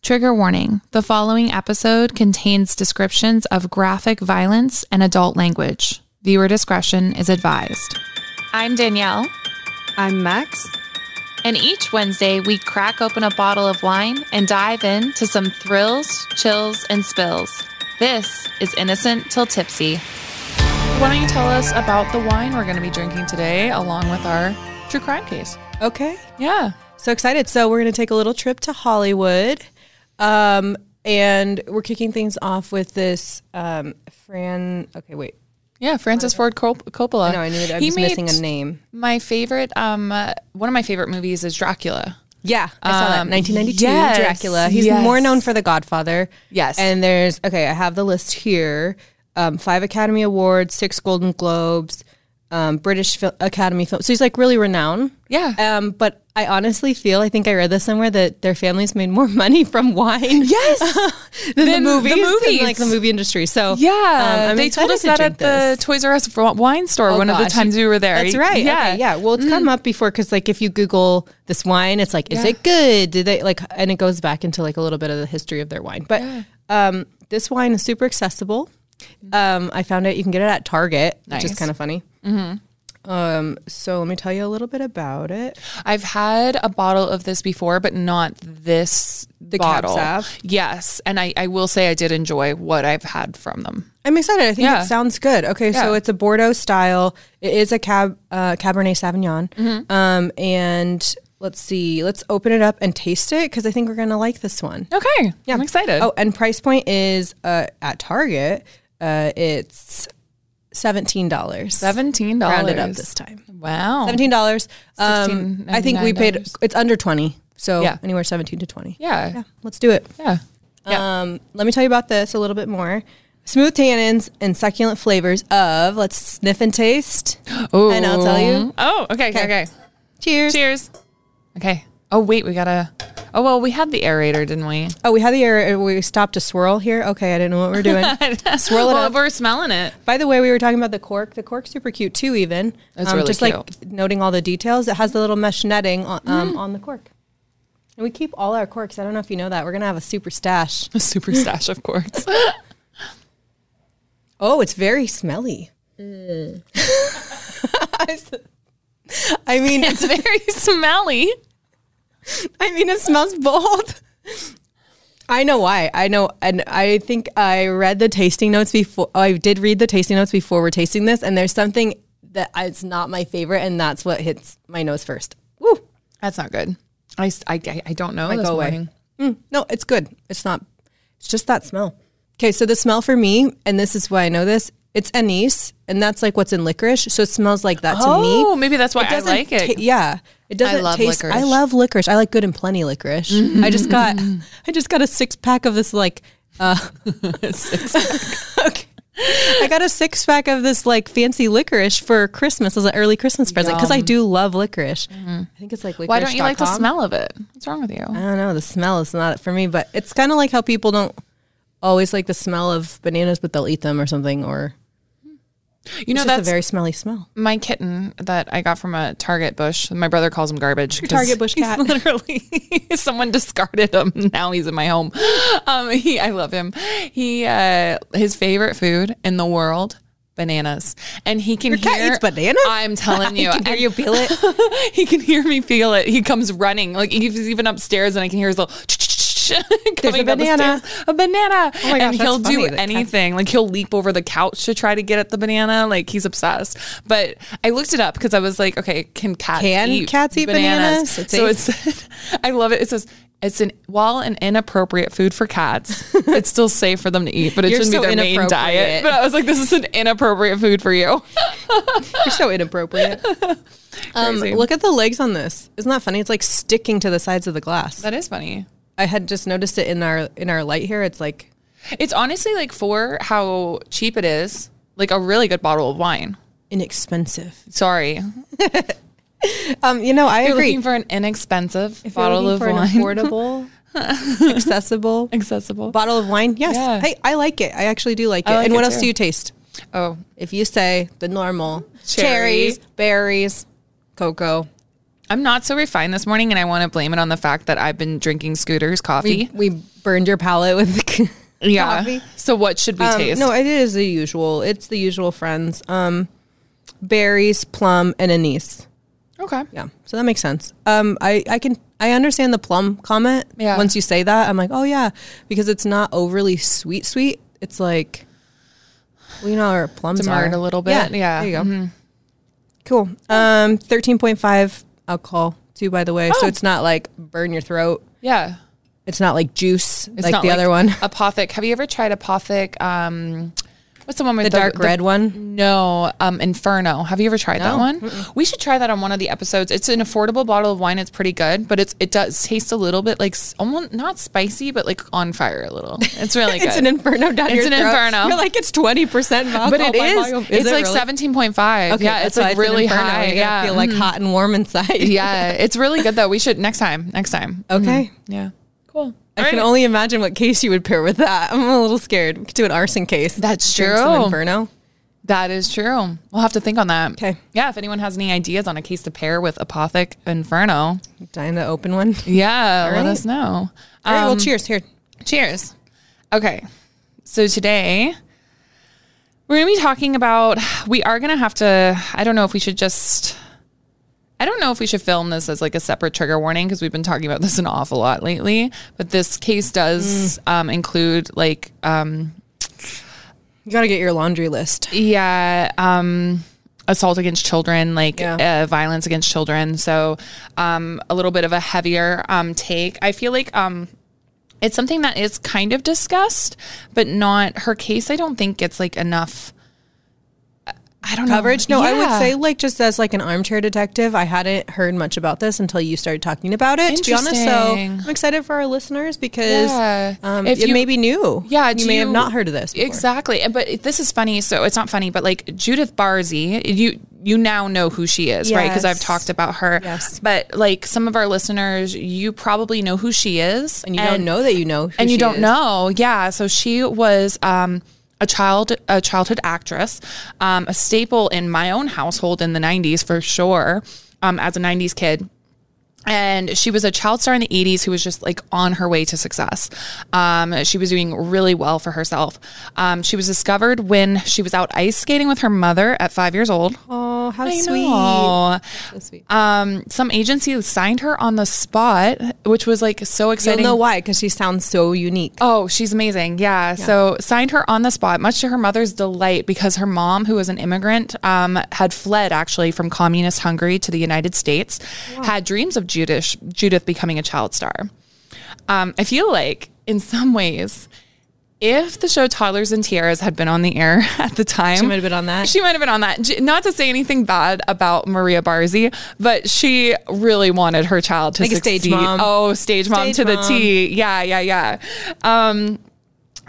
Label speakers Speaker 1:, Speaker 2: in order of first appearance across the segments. Speaker 1: Trigger warning the following episode contains descriptions of graphic violence and adult language. Viewer discretion is advised. I'm Danielle,
Speaker 2: I'm Max.
Speaker 1: and each Wednesday we crack open a bottle of wine and dive into some thrills, chills, and spills. This is Innocent Till Tipsy. Why don't you tell us about the wine we're going to be drinking today, along with our true crime case?
Speaker 2: Okay.
Speaker 1: Yeah.
Speaker 2: So excited. So we're going to take a little trip to Hollywood. Um, and we're kicking things off with this um, Fran. Okay, wait.
Speaker 1: Yeah, Francis Ford Cop- Coppola.
Speaker 2: No, I knew that I
Speaker 1: He
Speaker 2: was missing
Speaker 1: made-
Speaker 2: a name.
Speaker 1: My favorite, um, uh, one of my favorite movies is Dracula.
Speaker 2: Yeah, I saw that.
Speaker 1: Um,
Speaker 2: 1992,
Speaker 1: yes,
Speaker 2: Dracula. He's
Speaker 1: yes.
Speaker 2: more known for The Godfather.
Speaker 1: Yes.
Speaker 2: And there's, okay, I have the list here um, five Academy Awards, six Golden Globes, um, British Fil- Academy film. So he's like really renowned.
Speaker 1: Yeah.
Speaker 2: Um, but I honestly feel, I think I read this somewhere, that their families made more money from wine.
Speaker 1: Yes.
Speaker 2: than,
Speaker 1: Than
Speaker 2: the
Speaker 1: the
Speaker 2: movies, than,
Speaker 1: movies.
Speaker 2: like the movie industry. So
Speaker 1: yeah.
Speaker 2: um, I'm
Speaker 1: they told
Speaker 2: excited
Speaker 1: us
Speaker 2: to
Speaker 1: that
Speaker 2: drink
Speaker 1: at the
Speaker 2: this.
Speaker 1: Toys R Us wine store
Speaker 2: Oh,
Speaker 1: one of the
Speaker 2: gosh.
Speaker 1: times we were there.
Speaker 2: That's right.
Speaker 1: Yeah. Mm.
Speaker 2: Yeah, yeah. Well, it's come up before because like if you Google this wine, it's like, is it good? Did they like? And it goes back into like a little bit of the history of their wine. But um, this wine is super accessible. Um, I found it. You can get it at Target, which
Speaker 1: Mm-hmm. Nice. Mm-hmm.
Speaker 2: is kind of funny. Um, so let me tell you a little bit about it.
Speaker 1: I've had a bottle of this before, but not this the
Speaker 2: Cab
Speaker 1: bottle.
Speaker 2: Sav?
Speaker 1: Yes. And I, I will say I did enjoy what I've had from them.
Speaker 2: I'm excited. I think
Speaker 1: Yeah.
Speaker 2: it sounds good. Okay, so
Speaker 1: Yeah.
Speaker 2: it's a Bordeaux style. It is a cab uh, Cabernet Sauvignon.
Speaker 1: Mm-hmm.
Speaker 2: Um, and let's see. Let's open it up and taste it because I think we're gonna like this one.
Speaker 1: Okay. Yeah. I'm excited.
Speaker 2: Oh, and price point is uh, at Target. Uh, it's seventeen dollars.
Speaker 1: $17.
Speaker 2: Rounded up this time.
Speaker 1: Oh. Wow.
Speaker 2: Seventeen dollars. Um, I think we paid.
Speaker 1: $16.99.
Speaker 2: It's under twenty. So
Speaker 1: Yeah.
Speaker 2: anywhere seventeen to twenty.
Speaker 1: Yeah.
Speaker 2: Yeah. Let's do it.
Speaker 1: Yeah.
Speaker 2: Um, let me tell you about this a little bit more. Smooth tannins and succulent flavors of. Let's sniff and taste.
Speaker 1: Oh.
Speaker 2: And I'll tell you.
Speaker 1: Oh, okay. Okay. okay.
Speaker 2: Cheers.
Speaker 1: Cheers. Okay. Oh, wait. We got to. Oh, well, we had the aerator, didn't we?
Speaker 2: Oh, we had the air. We stopped to swirl here. Okay, I didn't know what we are doing. Swirl it
Speaker 1: well,
Speaker 2: up.
Speaker 1: we're smelling it.
Speaker 2: By the way, we were talking about the cork. The cork's super cute too. Even Um,
Speaker 1: That's really
Speaker 2: just like noting all the details. It has the little mesh netting on, um,
Speaker 1: Mm.
Speaker 2: on the cork. And we keep all our corks. I don't know if you know that. We're gonna have a super stash.
Speaker 1: A super stash, of course.
Speaker 2: Oh, it's very smelly.
Speaker 1: Mm.
Speaker 2: I mean,
Speaker 1: it's very smelly.
Speaker 2: I mean, it smells bold. I know why. I know, and I think I read the tasting notes before. I did read the tasting notes before we're tasting this, and there's something that it's not my favorite, and that's what hits my nose first. Woo!
Speaker 1: That's not good. I, s- I- I- I don't know.
Speaker 2: Like,
Speaker 1: this
Speaker 2: go away. Mm,
Speaker 1: morning.
Speaker 2: No, it's good. It's not. It's just that smell. Okay, so the smell for me, and this is why I know this. It's anise, and that's like what's in licorice. So it smells like that to me.
Speaker 1: Oh, maybe that's why I
Speaker 2: doesn't
Speaker 1: like it.
Speaker 2: ta- yeah, it doesn't
Speaker 1: love
Speaker 2: taste. I
Speaker 1: licorice.
Speaker 2: love licorice. I like good and plenty licorice. I just got, I just got a six pack of this like, uh, okay. I got a six pack of this like fancy licorice for Christmas as an early Christmas present because I do love licorice. I think it's like licorice.
Speaker 1: Mm-hmm. why don't you like the smell of it? What's wrong with you?
Speaker 2: I don't know. The smell is not for me, but it's kind of like how people don't always like the smell of bananas, but they'll eat them or something. Or
Speaker 1: You know,
Speaker 2: it's just a
Speaker 1: that's
Speaker 2: very smelly smell.
Speaker 1: my kitten that I got from a Target bush. My brother calls him garbage. 'cause
Speaker 2: Target bush
Speaker 1: he's
Speaker 2: cat.
Speaker 1: literally, someone discarded him. Now he's in my home. Um, he, I love him. He, uh, his favorite food in the world, bananas, and he can
Speaker 2: Your cat
Speaker 1: hear
Speaker 2: eats bananas?
Speaker 1: I'm telling you,
Speaker 2: can hear you peel it.
Speaker 1: he can hear me feel it. He comes running, like he's even upstairs, and I can hear his little. coming down the
Speaker 2: banana.
Speaker 1: stairs. a banana. Oh
Speaker 2: my gosh,
Speaker 1: and he'll
Speaker 2: that's funny
Speaker 1: do
Speaker 2: that cats-
Speaker 1: anything. Like he'll leap over the couch to try to get at the banana. Like he's obsessed. But I looked it up because I was like, okay, can cats
Speaker 2: Can
Speaker 1: eat
Speaker 2: cats eat
Speaker 1: bananas?
Speaker 2: bananas? It's
Speaker 1: so it's, I love it. It says. It's an while an inappropriate food for cats, it's still safe for them to eat, but it
Speaker 2: You're
Speaker 1: shouldn't
Speaker 2: so
Speaker 1: be their main diet.
Speaker 2: inappropriate.
Speaker 1: But I was like, this is an inappropriate food for you.
Speaker 2: You're so inappropriate. um,
Speaker 1: Crazy.
Speaker 2: look at the legs on this. Isn't that funny? It's like sticking to the sides of the glass.
Speaker 1: That is funny.
Speaker 2: I had just noticed it in our in our light here. It's like
Speaker 1: It's honestly like for how cheap it is, like a really good bottle of wine.
Speaker 2: inexpensive.
Speaker 1: Sorry.
Speaker 2: Um, you know, I
Speaker 1: You're
Speaker 2: agree.
Speaker 1: looking for an inexpensive
Speaker 2: If you're
Speaker 1: bottle
Speaker 2: looking
Speaker 1: of
Speaker 2: for an
Speaker 1: wine.
Speaker 2: affordable, accessible
Speaker 1: Accessible.
Speaker 2: bottle of wine, yes,
Speaker 1: Yeah.
Speaker 2: hey, I like it. I actually do like it.
Speaker 1: I like
Speaker 2: and what
Speaker 1: it
Speaker 2: else
Speaker 1: too.
Speaker 2: do you taste?
Speaker 1: oh,
Speaker 2: If you say the normal
Speaker 1: Cherry.
Speaker 2: cherries, berries, cocoa,
Speaker 1: I'm not so refined this morning, and I want to blame it on the fact that I've been drinking Scooter's coffee.
Speaker 2: we burned your palate with the
Speaker 1: yeah.
Speaker 2: coffee.
Speaker 1: So what should we
Speaker 2: Um,
Speaker 1: taste?
Speaker 2: No, it is the usual. It's the usual friends. Um, berries, plum, and anise.
Speaker 1: okay.
Speaker 2: Yeah, so that makes sense. Um, I I can I understand the plum comment.
Speaker 1: Yeah.
Speaker 2: Once you say that, I'm like, oh yeah, because it's not overly sweet. Sweet. It's like, well, you know, our plums
Speaker 1: Demurred
Speaker 2: are
Speaker 1: a little bit.
Speaker 2: Yeah.
Speaker 1: Yeah. Mm-hmm.
Speaker 2: There you go. Cool. Um, thirteen point five alcohol too. By the way, so
Speaker 1: Oh.
Speaker 2: it's not like burn your throat.
Speaker 1: Yeah.
Speaker 2: It's not like juice
Speaker 1: It's
Speaker 2: like
Speaker 1: not
Speaker 2: the other one,
Speaker 1: Apothic. Have you ever tried Apothic? Um, what's the one with
Speaker 2: the dark red one.
Speaker 1: No, um, Inferno. Have you ever tried that one? We should try that on one of the episodes. It's an affordable bottle of wine. It's pretty good, but it's it does taste a little bit like s- almost not spicy, but like on fire a little. It's really good.
Speaker 2: It's an inferno down
Speaker 1: It's
Speaker 2: your
Speaker 1: an
Speaker 2: throat.
Speaker 1: inferno.
Speaker 2: You're like it's twenty percent alcohol.
Speaker 1: but it
Speaker 2: by
Speaker 1: is.
Speaker 2: volume.
Speaker 1: it's
Speaker 2: it
Speaker 1: like
Speaker 2: really?
Speaker 1: seventeen point five.
Speaker 2: Okay,
Speaker 1: yeah, it's
Speaker 2: that's why
Speaker 1: like
Speaker 2: an
Speaker 1: really
Speaker 2: inferno.
Speaker 1: high.
Speaker 2: You're gonna
Speaker 1: Yeah, Mm-hmm.
Speaker 2: feel like hot and warm inside.
Speaker 1: yeah, it's really good though. We should next time. Next time.
Speaker 2: Okay.
Speaker 1: Yeah. Mm-hmm. Cool.
Speaker 2: I can
Speaker 1: Alright.
Speaker 2: only imagine what case you would pair with that. I'm a little scared. We could do an arson case.
Speaker 1: That's
Speaker 2: Drink Some
Speaker 1: true.
Speaker 2: inferno.
Speaker 1: That is true. We'll have to think on that.
Speaker 2: 'Kay.
Speaker 1: Yeah, if anyone has any ideas on a case to pair with Apothic Inferno,
Speaker 2: Dying to open one.
Speaker 1: yeah, let
Speaker 2: right.
Speaker 1: us know.
Speaker 2: All right. Well,
Speaker 1: Um,
Speaker 2: cheers. Here.
Speaker 1: Cheers. Okay. So today we're going to be talking about we are going to have to I don't know if we should just I don't know if we should film this as like a separate trigger warning because we've been talking about this an awful lot lately, but this case does um, include like um,
Speaker 2: You got to get your laundry list.
Speaker 1: yeah, um, assault against children, like
Speaker 2: Yeah.
Speaker 1: uh, violence against children. So, um, a little bit of a heavier um, take. I feel like um, it's something that is kind of discussed, but not her case. I don't think it's like enough. I- I don't
Speaker 2: Coverage?
Speaker 1: know.
Speaker 2: No, I would
Speaker 1: Yeah.
Speaker 2: say like just as like an armchair detective. I hadn't heard much about this until you started talking about it. To be honest, so
Speaker 1: Interesting.
Speaker 2: I'm excited for our listeners because
Speaker 1: Yeah.
Speaker 2: um,
Speaker 1: If
Speaker 2: it
Speaker 1: you-
Speaker 2: may be new.
Speaker 1: Yeah,
Speaker 2: you
Speaker 1: do
Speaker 2: may have
Speaker 1: you-
Speaker 2: not heard of this. Before.
Speaker 1: Exactly. And- But this is funny. So it's not funny, but like Judith Barzy, you you now know who she is, right? Because I've
Speaker 2: Yes.
Speaker 1: talked about her.
Speaker 2: Yes.
Speaker 1: But like some of our listeners, you probably know who she is,
Speaker 2: And you don't know that you know. Who
Speaker 1: and you
Speaker 2: she
Speaker 1: don't
Speaker 2: is.
Speaker 1: know yeah so she was um a child a childhood actress um a staple in my own household in the 90s for sure um as a 90s kid and she was a child star in the 80s who was just like on her way to success. Um, she was doing really well for herself. Um, she was discovered when she was out ice skating with her mother at five years old.
Speaker 2: Oh, how sweet.
Speaker 1: know.
Speaker 2: So sweet.
Speaker 1: Um, some agency signed her on the spot, which was like so
Speaker 2: You'll
Speaker 1: exciting.
Speaker 2: know why because she sounds so unique.
Speaker 1: Oh, she's amazing. Yeah. So signed her on the spot, much to her mother's delight, because her mom, who was an immigrant, um, had fled actually from communist Hungary to the United States, had dreams of Judith, Judith becoming a child star. Um, I feel like, in some ways, if the show Toddlers and Tiaras had been on the air at the time,
Speaker 2: She might have been on that.
Speaker 1: She might have been on that. J- Not to say anything bad about Maria Barzi, but she really wanted her child to
Speaker 2: Like a stage
Speaker 1: succeed.
Speaker 2: mom.
Speaker 1: Oh, stage mom
Speaker 2: Stage
Speaker 1: to the
Speaker 2: mom.
Speaker 1: T. Yeah, yeah, yeah. Um,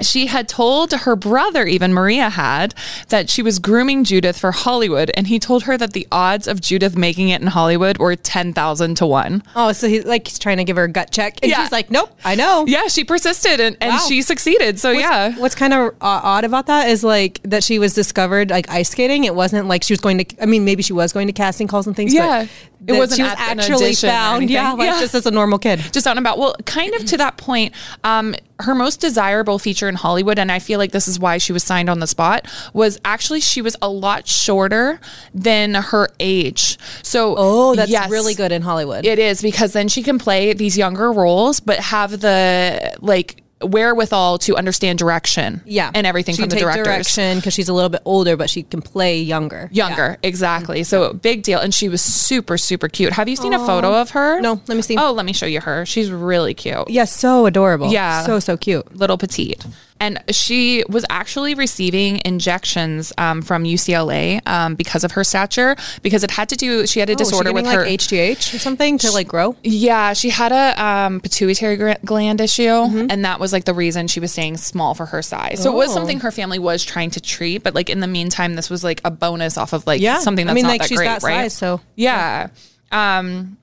Speaker 1: she had told her brother, even Maria had, that she was grooming Judith for Hollywood, and he told her that the odds of Judith making it in Hollywood were ten thousand to one.
Speaker 2: Oh, so he's like he's trying to give her a gut check, and
Speaker 1: Yeah.
Speaker 2: she's like, "Nope, I know."
Speaker 1: Yeah, she persisted and, and
Speaker 2: Oh. Wow.
Speaker 1: she succeeded. So yeah,
Speaker 2: What's kind of uh, odd about that is like that she was discovered like ice skating. It wasn't like she was going to. I mean, maybe she was going to casting calls and things.
Speaker 1: Yeah. It
Speaker 2: but it
Speaker 1: wasn't
Speaker 2: wasn't. She was
Speaker 1: at an
Speaker 2: actually
Speaker 1: audition or
Speaker 2: found. Yeah,
Speaker 1: anything.
Speaker 2: like
Speaker 1: Yeah.
Speaker 2: just as a normal kid.
Speaker 1: just out and about. Well, kind of to that point, um, her most desirable feature in Hollywood, and I feel like this is why she was signed on the spot, was actually she was a lot shorter than her age. So,
Speaker 2: Oh, that's
Speaker 1: yes,
Speaker 2: really good in Hollywood.
Speaker 1: It is because then she can play these younger roles, but have the like wherewithal to understand direction,
Speaker 2: yeah,
Speaker 1: and everything
Speaker 2: she
Speaker 1: from the
Speaker 2: take
Speaker 1: directors.
Speaker 2: direction because she's a little bit older, but she can play younger.
Speaker 1: Younger, exactly. So big deal, and she was super, super cute. Have you seen a photo of her?
Speaker 2: No, let me see.
Speaker 1: Oh, let me show you her. She's really cute.
Speaker 2: Yeah, so adorable.
Speaker 1: Yeah.
Speaker 2: so so cute. Oh,
Speaker 1: little petite. And she was actually receiving injections um, from UCLA um, because of her stature, because it had to do, she
Speaker 2: Oh,
Speaker 1: had a disorder with
Speaker 2: like
Speaker 1: her.
Speaker 2: HGH or something to like grow.
Speaker 1: Yeah, she had a um, pituitary gr- gland issue, and that was like the reason she was staying small for her size. So it was
Speaker 2: Mm-hmm. Oh.
Speaker 1: something her family was trying to treat, but like in the meantime, this was like a bonus off of like
Speaker 2: Yeah,
Speaker 1: something that's
Speaker 2: I mean,
Speaker 1: not
Speaker 2: like
Speaker 1: that
Speaker 2: she's
Speaker 1: great,
Speaker 2: that
Speaker 1: right?
Speaker 2: size, so
Speaker 1: yeah. Um,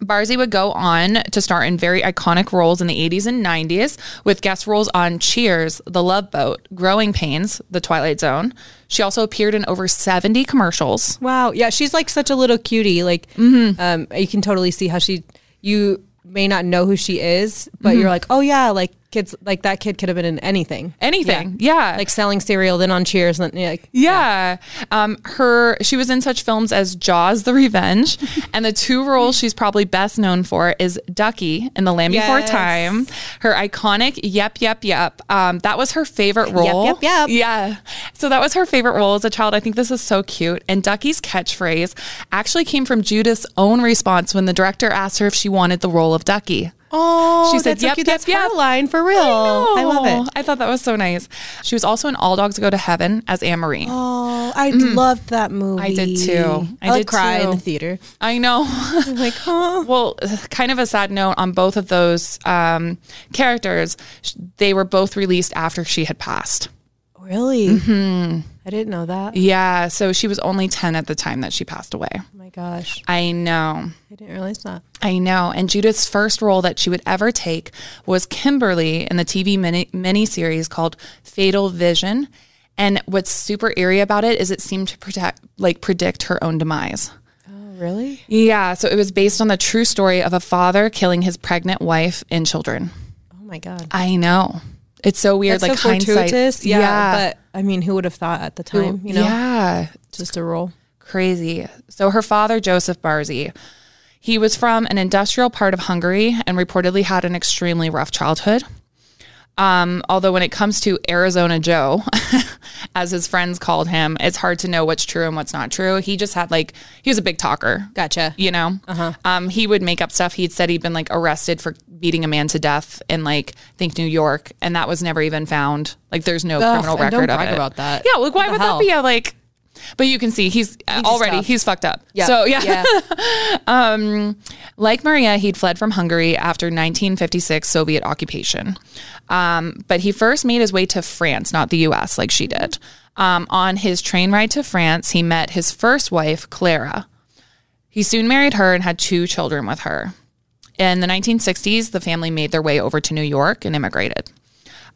Speaker 1: Barzy would go on to star in very iconic roles in the 80s and 90s with guest roles on Cheers, The Love Boat, Growing Pains, The Twilight Zone. She also appeared in over 70 commercials.
Speaker 2: wow, yeah, she's like such a little cutie. Like, um, you can totally see how she. You may not know who she is, but you're like, oh yeah, like kids, like that kid could have been in anything,
Speaker 1: Anything, yeah.
Speaker 2: like selling cereal, then on Cheers, and then, yeah, like
Speaker 1: Yeah. Um, her she was in such films as Jaws the Revenge, and the two roles she's probably best known for is Ducky in The Land Before
Speaker 2: Yes.
Speaker 1: Time. Her iconic Yep Yep Yep. Um, that was her favorite role.
Speaker 2: yep, yep.
Speaker 1: Yeah. So that was her favorite role as a child. I think this is so cute. And Ducky's catchphrase actually came from Judith's own response when the director asked her if she wanted the role of Ducky.
Speaker 2: oh,
Speaker 1: She said,
Speaker 2: that's so
Speaker 1: "Yep,
Speaker 2: cute.
Speaker 1: yep,
Speaker 2: that's
Speaker 1: yep."
Speaker 2: her line for real. Oh, I, love it.
Speaker 1: I thought that was so nice. She was also in All Dogs Go to Heaven as Anne Marie.
Speaker 2: Oh, I loved that movie.
Speaker 1: I did too. I
Speaker 2: I, would
Speaker 1: did
Speaker 2: cry
Speaker 1: too.
Speaker 2: in the theater.
Speaker 1: I know.
Speaker 2: Like, huh?
Speaker 1: well, kind of a sad note on both of those um, characters. Sh- They were both released after she had passed.
Speaker 2: Really? I didn't know that.
Speaker 1: Yeah, so she was only 10 at the time that she passed away.
Speaker 2: Oh my gosh,
Speaker 1: I know.
Speaker 2: I didn't realize that.
Speaker 1: I know. And Judith's first role that she would ever take was Kimberly in the TV mini miniseries called Fatal Vision. And what's super eerie about it is it seemed to protect, like predict her own demise.
Speaker 2: Oh, really?
Speaker 1: Yeah, so it was based on the true story of a father killing his pregnant wife and children.
Speaker 2: Oh my god.
Speaker 1: I know. It's so weird,
Speaker 2: That's
Speaker 1: like
Speaker 2: so
Speaker 1: hindsight.
Speaker 2: fortuitous. Yeah, but I mean, who would have thought at the time? You know,
Speaker 1: yeah,
Speaker 2: just a role.
Speaker 1: crazy. So her father, Joseph Barzi, he was from an industrial part of Hungary and reportedly had an extremely rough childhood. Um, although when it comes to Arizona Joe, as his friends called him, it's hard to know what's true and what's not true. He just had like he was a big talker.
Speaker 2: Gotcha. Uh-huh.
Speaker 1: you know um, he would make up stuff he'd said he'd been like arrested for beating a man to death in like I think new york and that was never even found like there's no criminal
Speaker 2: and don't
Speaker 1: record of
Speaker 2: brag
Speaker 1: it.
Speaker 2: about that.
Speaker 1: yeah like why
Speaker 2: What the
Speaker 1: would
Speaker 2: hell?
Speaker 1: that be a like but you can see he's, already
Speaker 2: tough.
Speaker 1: he's fucked up so yeah, like maria he'd fled from hungary after 1956 soviet occupation um, but he first made his way to france not the us like she did um, on his train ride to france he met his first wife clara he soon married her and had two children with her. In the 1960s, the family made their way over to New York and immigrated.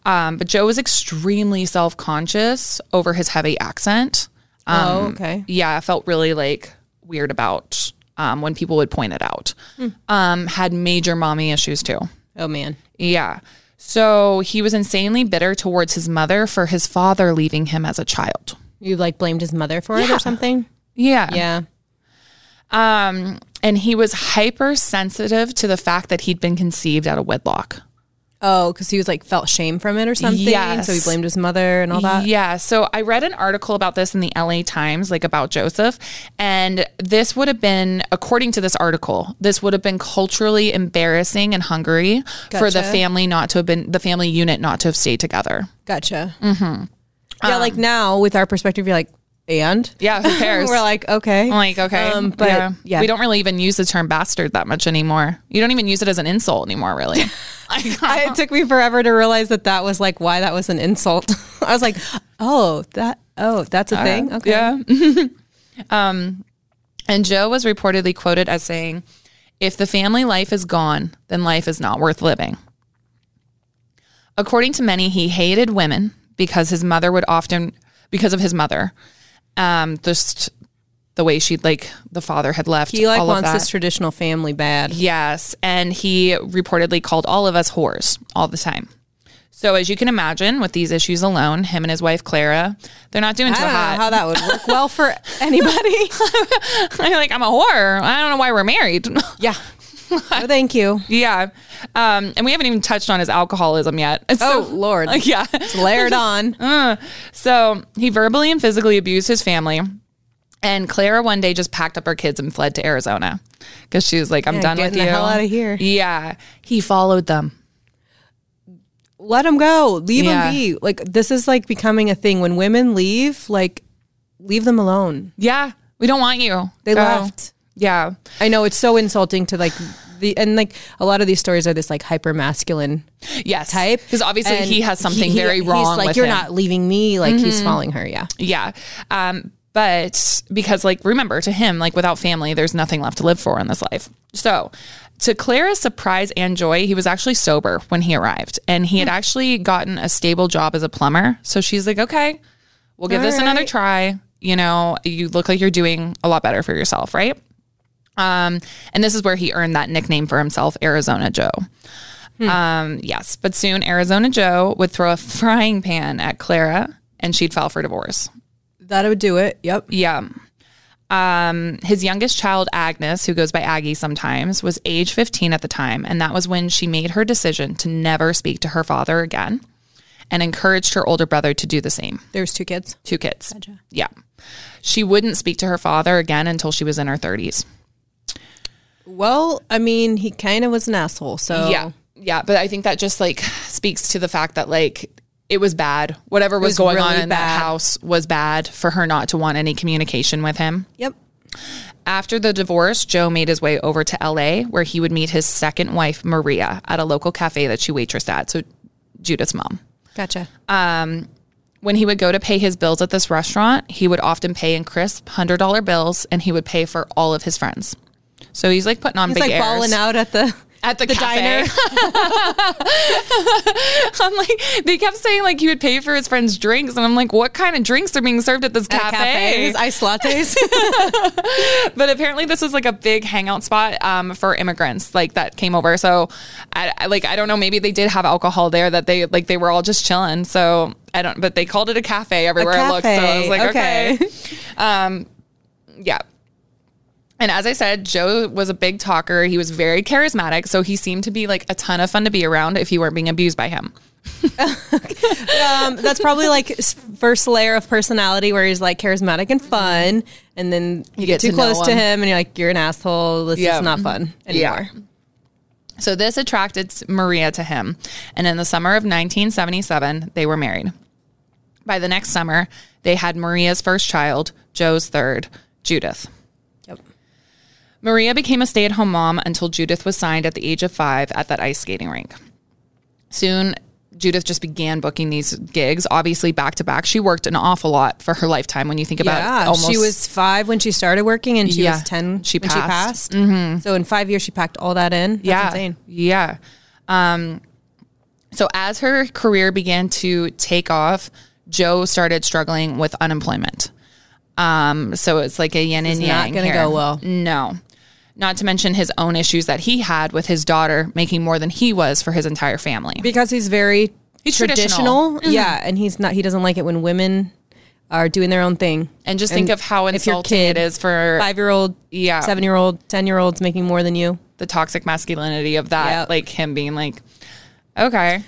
Speaker 1: Um, but Joe was extremely self conscious over his heavy accent.
Speaker 2: oh, okay.
Speaker 1: Yeah, I felt really like weird about um, when people would point it out. Um, had major mommy issues too.
Speaker 2: Oh man.
Speaker 1: Yeah. So he was insanely bitter towards his mother for his father leaving him as a child.
Speaker 2: You like blamed his mother for it or something?
Speaker 1: Yeah.
Speaker 2: Yeah.
Speaker 1: Um, and he was hypersensitive to the fact that he'd been conceived out of wedlock.
Speaker 2: Oh, because he was like felt shame from it or something. So he
Speaker 1: Yes.
Speaker 2: blamed his mother and all that.
Speaker 1: Yeah. So I read an article about this in the LA Times, like about Joseph. And this would have been, according to this article, this would have been culturally embarrassing in Hungary for the
Speaker 2: Gotcha.
Speaker 1: family not to have been, the family unit not to have stayed together.
Speaker 2: Gotcha. Mm-hmm. Yeah, like now with our perspective, you're like, and
Speaker 1: Yeah. Who cares?
Speaker 2: we're like, okay,
Speaker 1: I'm like, okay.
Speaker 2: um, but yeah.
Speaker 1: We don't really even use the term bastard that much anymore. You don't even use it as an insult anymore, really. Like,
Speaker 2: I, it took me forever to realize that that was like why that was an insult. I was like, oh, that, oh, that's a thing. Okay.
Speaker 1: Yeah. um, and Joe was reportedly quoted as saying, If the family life is gone, then life is not worth living. According to many, he hated women because his mother would often, because of his mother, um, just the way she'd like the father had left.
Speaker 2: He like
Speaker 1: all
Speaker 2: wants
Speaker 1: of that.
Speaker 2: this traditional family bad.
Speaker 1: Yes. And he reportedly called all of us whores all the time. So, as you can imagine, with these issues alone, him and his wife Clara, they're not doing
Speaker 2: I
Speaker 1: too
Speaker 2: don't
Speaker 1: hot.
Speaker 2: know how that would work well for anybody.
Speaker 1: I'm like, I'm a whore. I don't know why we're married.
Speaker 2: yeah. Oh, thank you.
Speaker 1: yeah. Um, and we haven't even touched on his alcoholism yet. And
Speaker 2: Oh,
Speaker 1: so-
Speaker 2: Lord.
Speaker 1: Like, yeah.
Speaker 2: Layered on.
Speaker 1: So he verbally and physically abused his family. And Clara one day just packed up her kids and fled to Arizona because she was like, I'm
Speaker 2: Yeah,
Speaker 1: done
Speaker 2: getting
Speaker 1: with you.
Speaker 2: the hell outta here.
Speaker 1: Yeah. He followed them.
Speaker 2: let them go. Leave
Speaker 1: Yeah.
Speaker 2: them be. Like this is like becoming a thing when women leave, like leave them alone.
Speaker 1: Yeah, we don't want you.
Speaker 2: They
Speaker 1: Go.
Speaker 2: left.
Speaker 1: Yeah.
Speaker 2: I know it's so insulting to like the and like a lot of these stories are this like hyper masculine
Speaker 1: Yes.
Speaker 2: type
Speaker 1: Because obviously
Speaker 2: And
Speaker 1: he has something
Speaker 2: he- he-
Speaker 1: very
Speaker 2: he's
Speaker 1: wrong.
Speaker 2: like
Speaker 1: with
Speaker 2: you're
Speaker 1: him. Mm-hmm.
Speaker 2: not leaving me. Like he's following her. Yeah.
Speaker 1: Yeah. Um, but because, like, remember to him, like, without family, there's nothing left to live for in this life. So, to Clara's surprise and joy, he was actually sober when he arrived, and he had actually gotten a stable job as a plumber. So she's like, okay, we'll give this another try. You know, you look like you're doing a lot better for yourself, right? Um, and this is where he earned that nickname for himself, Arizona Joe. Um, yes, but soon Arizona Joe would throw a frying pan at Clara, and she'd file for divorce.
Speaker 2: That would do it. Yep.
Speaker 1: Yeah. Um, his youngest child, Agnes, who goes by Aggie sometimes, was age 15 at the time. And that was when she made her decision to never speak to her father again and encouraged her older brother to do the same.
Speaker 2: There's two kids.
Speaker 1: Two kids. Yeah. She wouldn't speak to her father again until she was in her 30s.
Speaker 2: Well, I mean, he kind of was an asshole. So
Speaker 1: Yeah. Yeah. But I think that just like speaks to the fact that like it was bad. Whatever was,
Speaker 2: was
Speaker 1: going on
Speaker 2: really
Speaker 1: in
Speaker 2: bad.
Speaker 1: that house was bad for her not to want any communication with him.
Speaker 2: Yep.
Speaker 1: After the divorce, Joe made his way over to LA where he would meet his second wife, Maria, at a local cafe that she waitressed at. So, Judith's mom.
Speaker 2: Gotcha.
Speaker 1: When he would go to pay his bills at this restaurant, he would often pay in crisp $100 bills and he would pay for all of his friends. So he's like putting on
Speaker 2: He's
Speaker 1: big
Speaker 2: like
Speaker 1: airs.
Speaker 2: balling out at the
Speaker 1: At the,
Speaker 2: diner.
Speaker 1: cafe. I'm like, they kept saying like he would pay for his friends' drinks, and I'm like, what kind of drinks are being served at this
Speaker 2: at cafes, ice lattes.
Speaker 1: but apparently this was like a big hangout spot um, for immigrants like that came over so I, I like i don't know maybe they did have alcohol there that they like they were all just chilling so i don't but they called it a cafe everywhere i looked so i was
Speaker 2: cafe,
Speaker 1: like okay,
Speaker 2: okay.
Speaker 1: um yeah and as I said, Joe was a big talker. He was very charismatic. So he seemed to be like a ton of fun to be around if you weren't being abused by him.
Speaker 2: um, that's probably like his first layer of personality where he's like charismatic and fun, and then you,
Speaker 1: get
Speaker 2: get, too
Speaker 1: to know
Speaker 2: close to
Speaker 1: him.
Speaker 2: him, and you're like, you're an asshole. This
Speaker 1: Yeah.
Speaker 2: is not fun anymore.
Speaker 1: So this attracted Maria to him. And in the summer of 1977, they were married. By the next summer, they had Maria's first child, Joe's third, Judith.
Speaker 2: Yep.
Speaker 1: Maria became a stay at home mom until Judith was signed at the age of five at that ice skating rink. Soon, Judith just began booking these gigs, obviously back to back. She worked an awful lot for her lifetime when you think about
Speaker 2: Yeah,
Speaker 1: almost
Speaker 2: she was five when she started working, and she
Speaker 1: Yeah.
Speaker 2: was ten.
Speaker 1: She
Speaker 2: when
Speaker 1: passed. Mm-hmm.
Speaker 2: She passed. So in five years, she packed all that in. That's
Speaker 1: yeah,
Speaker 2: insane.
Speaker 1: Yeah. Um, so as her career began to take off, Joe started struggling with unemployment. Um, so it's like a yin and
Speaker 2: is
Speaker 1: yang.
Speaker 2: not gonna
Speaker 1: here.
Speaker 2: go well.
Speaker 1: No. Not to mention his own issues that he had with his daughter making more than he was for his entire family.
Speaker 2: because he's very
Speaker 1: He's Mm-hmm.
Speaker 2: traditional. Yeah, and he's not. He doesn't like it when women are doing their own thing.
Speaker 1: And just think of how
Speaker 2: if your
Speaker 1: insulting
Speaker 2: kid-
Speaker 1: it is for
Speaker 2: Five year old,
Speaker 1: Yeah.
Speaker 2: seven year old, ten year olds making more than you.
Speaker 1: the toxic masculinity of that,
Speaker 2: Yep.
Speaker 1: like him being like, okay.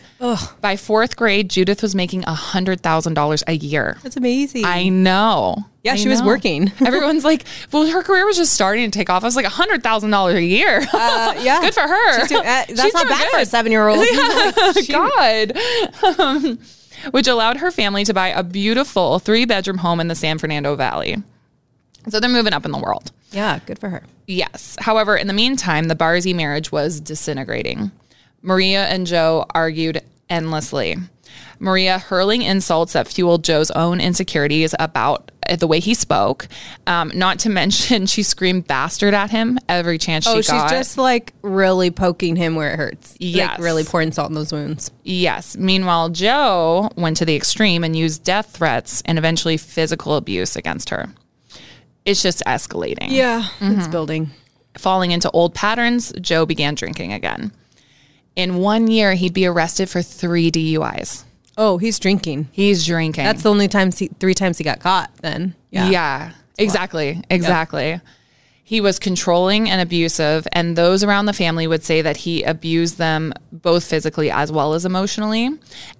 Speaker 1: By fourth grade, Judith was making a $100,000 a year.
Speaker 2: That's amazing.
Speaker 1: I know.
Speaker 2: Yeah,
Speaker 1: I
Speaker 2: she was
Speaker 1: know.
Speaker 2: working.
Speaker 1: Everyone's like, well, her career was just starting to take off. I was like, $100,000 a year.
Speaker 2: Uh, yeah,
Speaker 1: Good for her.
Speaker 2: She's doing- uh,
Speaker 1: She's
Speaker 2: that's not
Speaker 1: doing
Speaker 2: bad for a
Speaker 1: good.
Speaker 2: seven year old.
Speaker 1: God. Um, which allowed her family to buy a beautiful three bedroom home in the San Fernando Valley. So they're moving up in the world.
Speaker 2: Yeah, good for her.
Speaker 1: Yes. However, in the meantime, the Barzi marriage was disintegrating. Maria and Joe argued endlessly. Maria hurling insults that fueled Joe's own insecurities about uh, the way he spoke. Um, not to mention, she screamed bastard at him every chance she
Speaker 2: Oh, she's
Speaker 1: got.
Speaker 2: just like really poking him where it hurts.
Speaker 1: Yes.
Speaker 2: Like really pouring salt in those wounds.
Speaker 1: yes. Meanwhile, Joe went to the extreme and used death threats and eventually physical abuse against her. It's just escalating.
Speaker 2: Yeah,
Speaker 1: Mm-hmm.
Speaker 2: it's building.
Speaker 1: Falling into old patterns, Joe began drinking again. In one year, he'd be arrested for three DUIs.
Speaker 2: Oh, he's drinking.
Speaker 1: He's drinking.
Speaker 2: That's the only times he, three times he got caught. Then
Speaker 1: yeah, exactly, exactly. He was controlling and abusive, and those around the family would say that he abused them both physically as well as emotionally.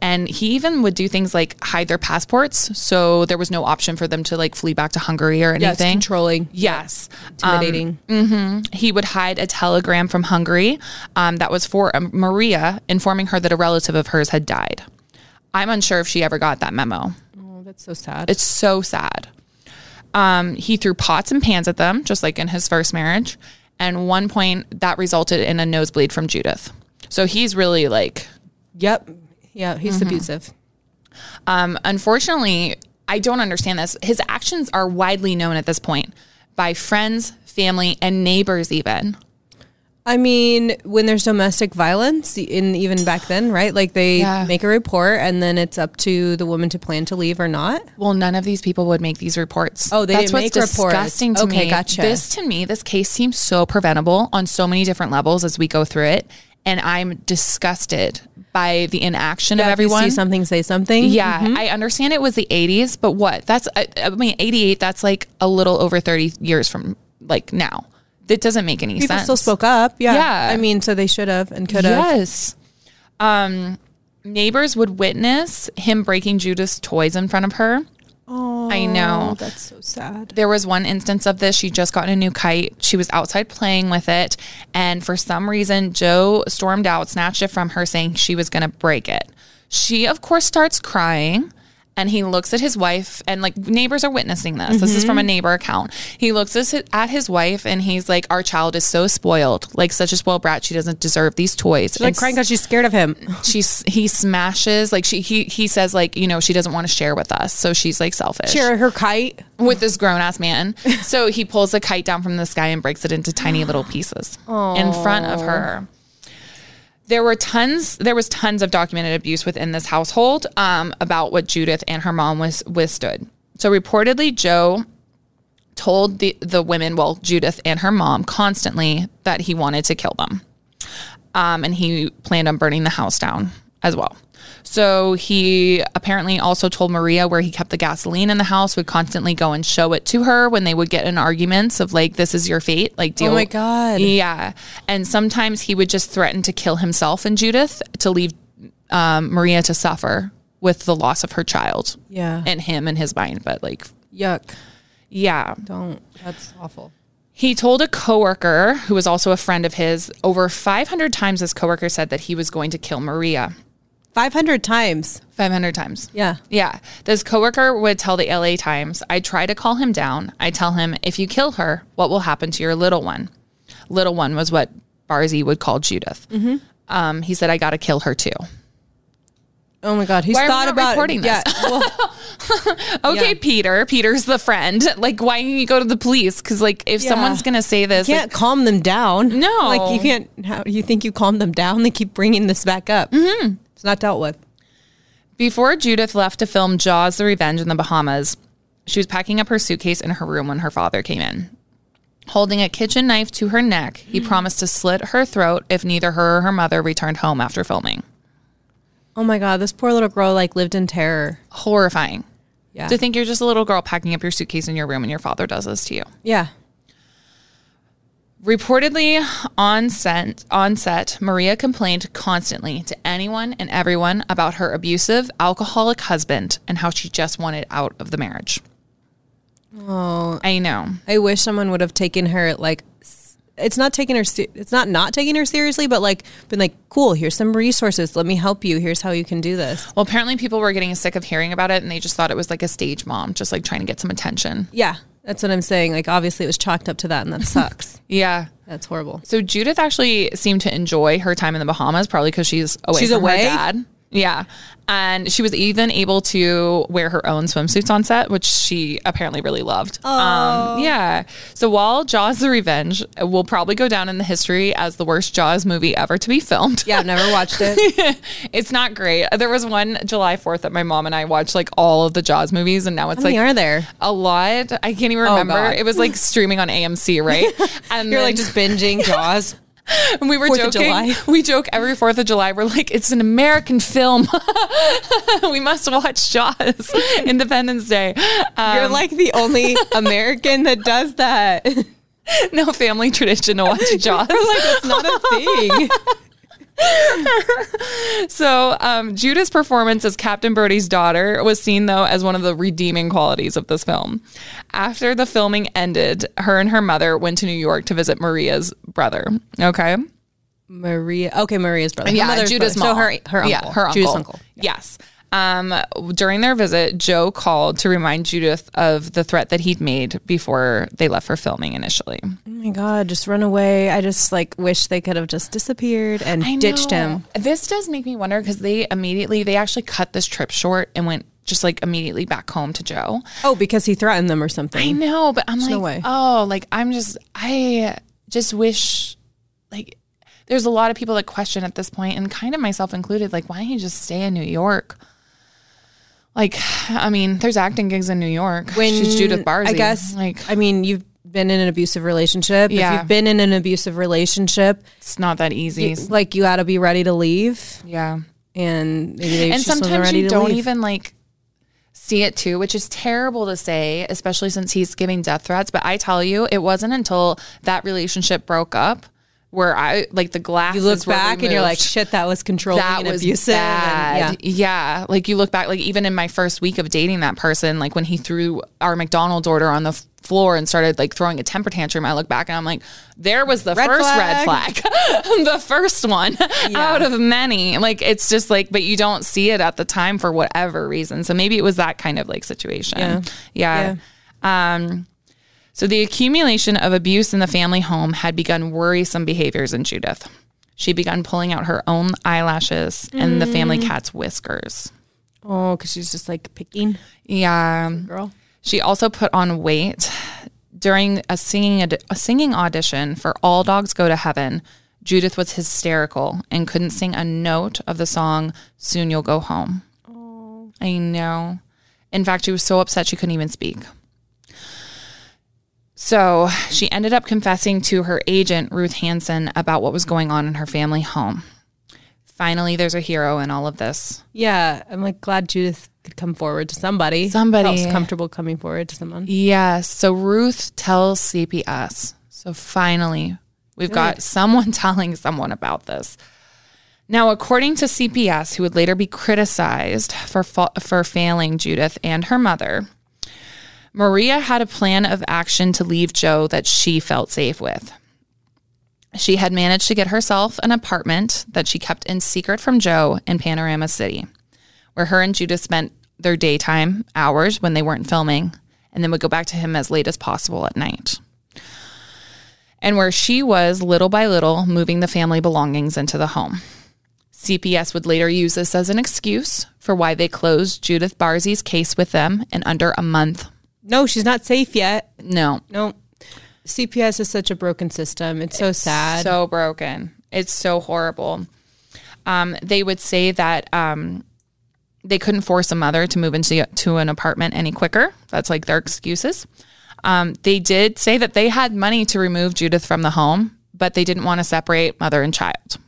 Speaker 1: And he even would do things like hide their passports, so there was no option for them to like flee back to Hungary or
Speaker 2: Yes,
Speaker 1: anything.
Speaker 2: controlling,
Speaker 1: Yes.
Speaker 2: intimidating.
Speaker 1: He would hide a telegram from Hungary um, that was for um, Maria, informing her that a relative of hers had died. I'm unsure if she ever got that memo.
Speaker 2: oh, that's so sad.
Speaker 1: It's so sad. Um, he threw pots and pans at them, just like in his first marriage. And one point that resulted in a nosebleed from Judith. So he's really like,
Speaker 2: yep. Yeah, he's
Speaker 1: Mm-hmm.
Speaker 2: abusive.
Speaker 1: um, unfortunately, I don't understand this. His actions are widely known at this point by friends, family, and neighbors, even.
Speaker 2: I mean, when there's domestic violence, in even back then, right? Like they
Speaker 1: Yeah.
Speaker 2: make a report, and then it's up to the woman to plan to leave or not.
Speaker 1: Well, none of these people would make these reports.
Speaker 2: Oh, they
Speaker 1: That's
Speaker 2: didn't
Speaker 1: what's
Speaker 2: make reports.
Speaker 1: disgusting to
Speaker 2: Okay,
Speaker 1: me.
Speaker 2: gotcha.
Speaker 1: This to me, this case seems so preventable on so many different levels as we go through it, and I'm disgusted by the inaction of
Speaker 2: If you
Speaker 1: everyone.
Speaker 2: see something, Mm-hmm. say something.
Speaker 1: yeah, I understand it was the 80s, but what? That's I, I mean, 88. That's like a little over 30 years from like now. That doesn't make any
Speaker 2: people
Speaker 1: sense.
Speaker 2: still spoke up. Yeah.
Speaker 1: Yeah.
Speaker 2: I mean, so they should have and could have.
Speaker 1: Yes. Um, neighbors would witness him breaking Judith's toys in front of her. Oh, I know.
Speaker 2: That's so sad.
Speaker 1: There was one instance of this. She just got a new kite. She was outside playing with it. And for some reason, Joe stormed out, snatched it from her, saying she was going to break it. She, of course, starts crying. And he looks at his wife, and like neighbors are witnessing this. This is from
Speaker 2: Mm-hmm.
Speaker 1: a neighbor account. He looks at his, at his wife, and he's like, "Our child is so spoiled, like such a spoiled brat. She doesn't deserve these toys."
Speaker 2: She's like crying because she's scared of him.
Speaker 1: she's he smashes like she he he says like you know she doesn't want to share with us, so she's like selfish
Speaker 2: Cheer her kite.
Speaker 1: with this grown ass man. So he pulls the kite down from the sky and breaks it into tiny little pieces in front of her. There were tons. There was tons of documented abuse within this household um, about what Judith and her mom was withstood. So reportedly, Joe told the the women, well, Judith and her mom, constantly that he wanted to kill them, um, and he planned on burning the house down as well. So he apparently also told Maria where he kept the gasoline in the house. Would constantly go and show it to her when they would get in arguments of like, "This is your fate." Like, deal.
Speaker 2: Oh my God.
Speaker 1: Yeah, and sometimes he would just threaten to kill himself and Judith to leave um, Maria to suffer with the loss of her child.
Speaker 2: Yeah.
Speaker 1: and him and his mind, but like,
Speaker 2: Yuck.
Speaker 1: yeah.
Speaker 2: Don't. That's awful.
Speaker 1: He told a coworker who was also a friend of his over 500 times this coworker said that he was going to kill Maria.
Speaker 2: 500 times.
Speaker 1: 500 times.
Speaker 2: Yeah.
Speaker 1: Yeah. This coworker would tell the LA Times, I try to call him down. I tell him, if you kill her, what will happen to your little one? Little one was what Barzy would call Judith.
Speaker 2: Mm-hmm.
Speaker 1: Um, he said, I got to kill her too.
Speaker 2: Oh my God. Who's
Speaker 1: Why are we
Speaker 2: thought
Speaker 1: not
Speaker 2: about
Speaker 1: reporting this?
Speaker 2: Yeah. Well,
Speaker 1: Okay,
Speaker 2: Yeah.
Speaker 1: Peter. Peter's the friend. Like, why didn't you go to the police? Because, like, if
Speaker 2: Yeah.
Speaker 1: someone's going to say this,
Speaker 2: can't calm them down.
Speaker 1: No.
Speaker 2: Like you can't, how, you think you calm them down? They keep bringing this back up. Mm-hmm. It's not dealt with.
Speaker 1: Before Judith left to film Jaws the Revenge in the Bahamas, she was packing up her suitcase in her room when her father came in. Holding a kitchen knife to her neck, he promised to slit her throat if neither her or her mother returned home after filming.
Speaker 2: Oh my God. This poor little girl like lived in terror.
Speaker 1: Horrifying.
Speaker 2: Yeah.
Speaker 1: To think you're just a little girl packing up your suitcase in your room and your father does this to you.
Speaker 2: yeah.
Speaker 1: Reportedly on set, on set, Maria complained constantly to anyone and everyone about her abusive, alcoholic husband and how she just wanted out of the marriage. Oh, I know.
Speaker 2: I wish someone would have taken her like s- it's not taking her se- it's not not taking her seriously, but like been like cool. Here's some resources. Let me help you. Here's how you can do this.
Speaker 1: Well, apparently people were getting sick of hearing about it and they just thought it was like a stage mom, just like trying to get some attention.
Speaker 2: Yeah, that's what I'm saying. Like obviously it was chalked up to that, and that sucks.
Speaker 1: Yeah.
Speaker 2: that's horrible.
Speaker 1: So Judith actually seemed to enjoy her time in the Bahamas, probably because she's away
Speaker 2: She's
Speaker 1: from
Speaker 2: away?
Speaker 1: her dad. Yeah. And she was even able to wear her own swimsuits on set, which she apparently really loved.
Speaker 2: Oh.
Speaker 1: Um, yeah. So while Jaws the Revenge will probably go down in the history as the worst Jaws movie ever to be filmed,
Speaker 2: Yeah, I've never watched it.
Speaker 1: it's not great. There was one July 4th that my mom and I watched like all of the Jaws movies, and now it's
Speaker 2: How many
Speaker 1: like
Speaker 2: are there? Oh,
Speaker 1: a lot. I can't even remember.
Speaker 2: God.
Speaker 1: it was like streaming on AMC, right? And
Speaker 2: You're like
Speaker 1: then-
Speaker 2: just binging Jaws.
Speaker 1: and we were
Speaker 2: Fourth
Speaker 1: joking.
Speaker 2: of July.
Speaker 1: We joke every Fourth of July. We're like, it's an American film. we must watch Jaws. Independence Day. Um,
Speaker 2: You're like the only American that does that.
Speaker 1: no family tradition to watch Jaws.
Speaker 2: it's not a thing.
Speaker 1: So um, Judah's performance as Captain Brody's daughter was seen though as one of the redeeming qualities of this film. After the filming ended, her and her mother went to New York to visit Maria's brother. Okay.
Speaker 2: Maria. Okay, Maria's brother. Her
Speaker 1: Yeah,
Speaker 2: mother's
Speaker 1: Judah's
Speaker 2: brother.
Speaker 1: mom.
Speaker 2: So her, her uncle.
Speaker 1: Yeah, her uncle.
Speaker 2: Judah's uncle.
Speaker 1: Yes. Um, during their visit, Joe called to remind Judith of the threat that he'd made before they left for filming initially.
Speaker 2: Oh my God, just run away. I just like wish they could have just disappeared and ditched him.
Speaker 1: This does make me wonder because they immediately they actually cut this trip short and went just like immediately back home to Joe.
Speaker 2: Oh, because he threatened them or
Speaker 1: I
Speaker 2: something.
Speaker 1: know, but I'm like,
Speaker 2: no way.
Speaker 1: oh, like I'm just, I just wish, like, there's a lot of people that question at this point, and kind of myself included, like, why don't you just stay in New York? Like, I mean, there's acting gigs in New York. She's Judith Barzi.
Speaker 2: I guess.
Speaker 1: like
Speaker 2: I mean, you've been in an abusive relationship.
Speaker 1: Yeah.
Speaker 2: If you've been in an abusive relationship,
Speaker 1: it's not that easy.
Speaker 2: like you got to be ready to leave.
Speaker 1: yeah,
Speaker 2: And maybe they
Speaker 1: and
Speaker 2: just wasn't
Speaker 1: sometimes
Speaker 2: ready
Speaker 1: you
Speaker 2: to
Speaker 1: don't
Speaker 2: leave.
Speaker 1: even like see it too, which is terrible to say, especially since he's giving death threats. But I tell you, it wasn't until that relationship broke up. Where I like the glass.
Speaker 2: You look back and you're like, shit, that was controlling
Speaker 1: that
Speaker 2: and
Speaker 1: was
Speaker 2: abusive.
Speaker 1: bad.
Speaker 2: And, yeah.
Speaker 1: yeah. like you look back, like even in my first week of dating that person, like when he threw our McDonald's order on the f- floor and started like throwing a temper tantrum, I look back and I'm like, there was the first red flag, the first one out of many. Like it's just like, but you don't see it at the time for whatever reason. So maybe it was that kind of like situation. Yeah. Um, so the accumulation of abuse in the family home had begun worrisome behaviors in Judith. She began pulling out her own eyelashes and the family cat's whiskers.
Speaker 2: Oh, because she's just like picking
Speaker 1: Yeah.
Speaker 2: girl.
Speaker 1: She also put on weight during a singing a singing audition for All Dogs Go to Heaven. Judith was hysterical and couldn't sing a note of the song Soon You'll Go Home. I know. In fact, she was so upset she couldn't even speak. So she ended up confessing to her agent, Ruth Hansen, about what was going on in her family home. Finally, there's a hero in all of this.
Speaker 2: Yeah, I'm like glad Judith could come forward to somebody.
Speaker 1: Somebody.
Speaker 2: felt comfortable coming forward to someone.
Speaker 1: Yes. So Ruth tells CPS. So finally, we've got someone telling someone about this. Now, according to CPS, who would later be criticized for fa- for failing Judith and her mother, Maria had a plan of action to leave Joe that she felt safe with. She had managed to get herself an apartment that she kept in secret from Joe in Panorama City, where her and Judith spent their daytime hours when they weren't filming, and then would go back to him as late as possible at night. And where she was little by little moving the family belongings into the home. CPS would later use this as an excuse for why they closed Judith Barzi's case with them in under a month.
Speaker 2: No, she's not safe yet.
Speaker 1: No,
Speaker 2: No, CPS is such a broken system. It's so sad.
Speaker 1: So broken. It's so horrible. Um, they would say that um, they couldn't force a mother to move into to an apartment any quicker. That's like their excuses. Um, they did say that they had money to remove Judith from the home, but they didn't want to separate mother and child.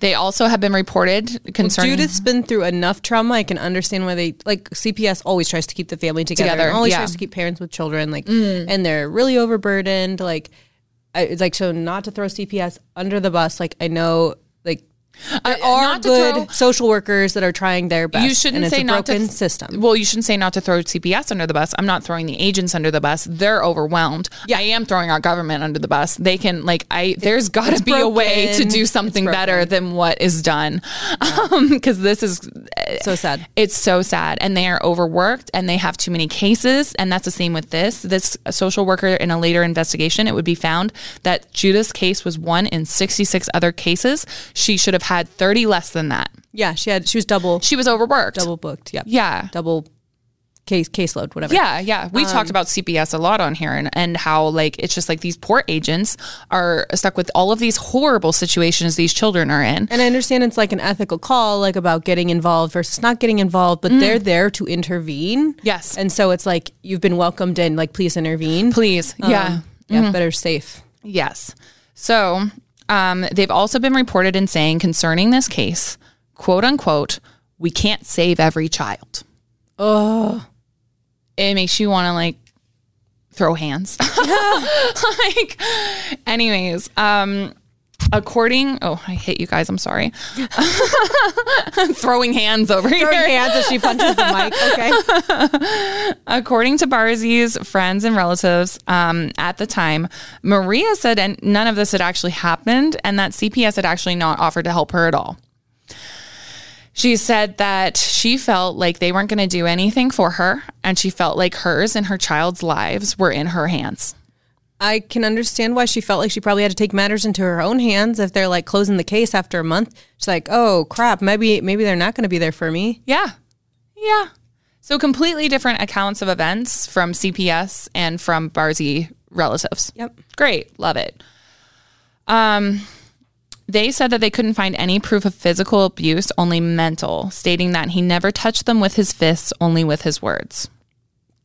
Speaker 1: They also have been reported concerning
Speaker 2: Judith's been through enough trauma. I can understand why they like CPS always tries to keep the family together.
Speaker 1: Together,
Speaker 2: and always
Speaker 1: yeah. Mm.
Speaker 2: tries to keep parents with children like, and they're really overburdened. Like, I, it's like so not to throw CPS under the bus. Like I know, like there are
Speaker 1: Uh, not to
Speaker 2: good
Speaker 1: throw-
Speaker 2: social workers that are trying their best.
Speaker 1: You shouldn't
Speaker 2: and it's
Speaker 1: say
Speaker 2: a
Speaker 1: not
Speaker 2: broken
Speaker 1: to th-
Speaker 2: system.
Speaker 1: Well, you shouldn't say not to throw CPS under the bus. I'm not throwing the agents under the bus. They're overwhelmed. I am throwing our government under the bus. They can like I. There's got to be a way to
Speaker 2: broken.
Speaker 1: do
Speaker 2: It's
Speaker 1: something
Speaker 2: broken.
Speaker 1: better than what is done, because this is
Speaker 2: So sad.
Speaker 1: it's so sad and they are overworked and they have too many cases and that's the same with this this social worker in a later investigation it would be found that judith's case was one in 66 other cases she should have had 30 less than that
Speaker 2: Yeah, she had she was double
Speaker 1: she was overworked
Speaker 2: double booked. Yeah,
Speaker 1: yeah
Speaker 2: double case caseload, whatever.
Speaker 1: Yeah, yeah. We
Speaker 2: um,
Speaker 1: talked about CPS a lot on here and, and how like it's just like these poor agents are stuck with all of these horrible situations these children are in.
Speaker 2: And I understand it's like an ethical call, like about getting involved versus not getting involved, but they're there to intervene.
Speaker 1: Yes.
Speaker 2: And so it's like you've been welcomed in, like please intervene.
Speaker 1: Please. yeah.
Speaker 2: Um, yeah, better safe.
Speaker 1: Yes. So um, they've also been reported in saying concerning this case, quote unquote, we can't save every child. Oh. It makes you want to like throw hands. like, anyways, um, according, oh, I hit you guys. I'm sorry. throwing hands over here.
Speaker 2: Throwing hands as she punches the mic. Okay.
Speaker 1: According to Barzi's friends and relatives um, at the time, Maria said and none of this had actually happened and that CPS had actually not offered to help her at all. She said that she felt like they weren't going to do anything for her and she felt like hers and her child's lives were in her hands.
Speaker 2: I can understand why she felt like she probably had to take matters into her own hands if they're like closing the case after a month. She's like, "Oh crap, maybe maybe they're not going to be there for me."
Speaker 1: Yeah. Yeah. So completely different accounts of events from CPS and from Barzi relatives.
Speaker 2: Yep.
Speaker 1: Great. Love it. Um they said that they couldn't find any proof of physical abuse, only mental, stating that he never touched them with his fists, only with his words.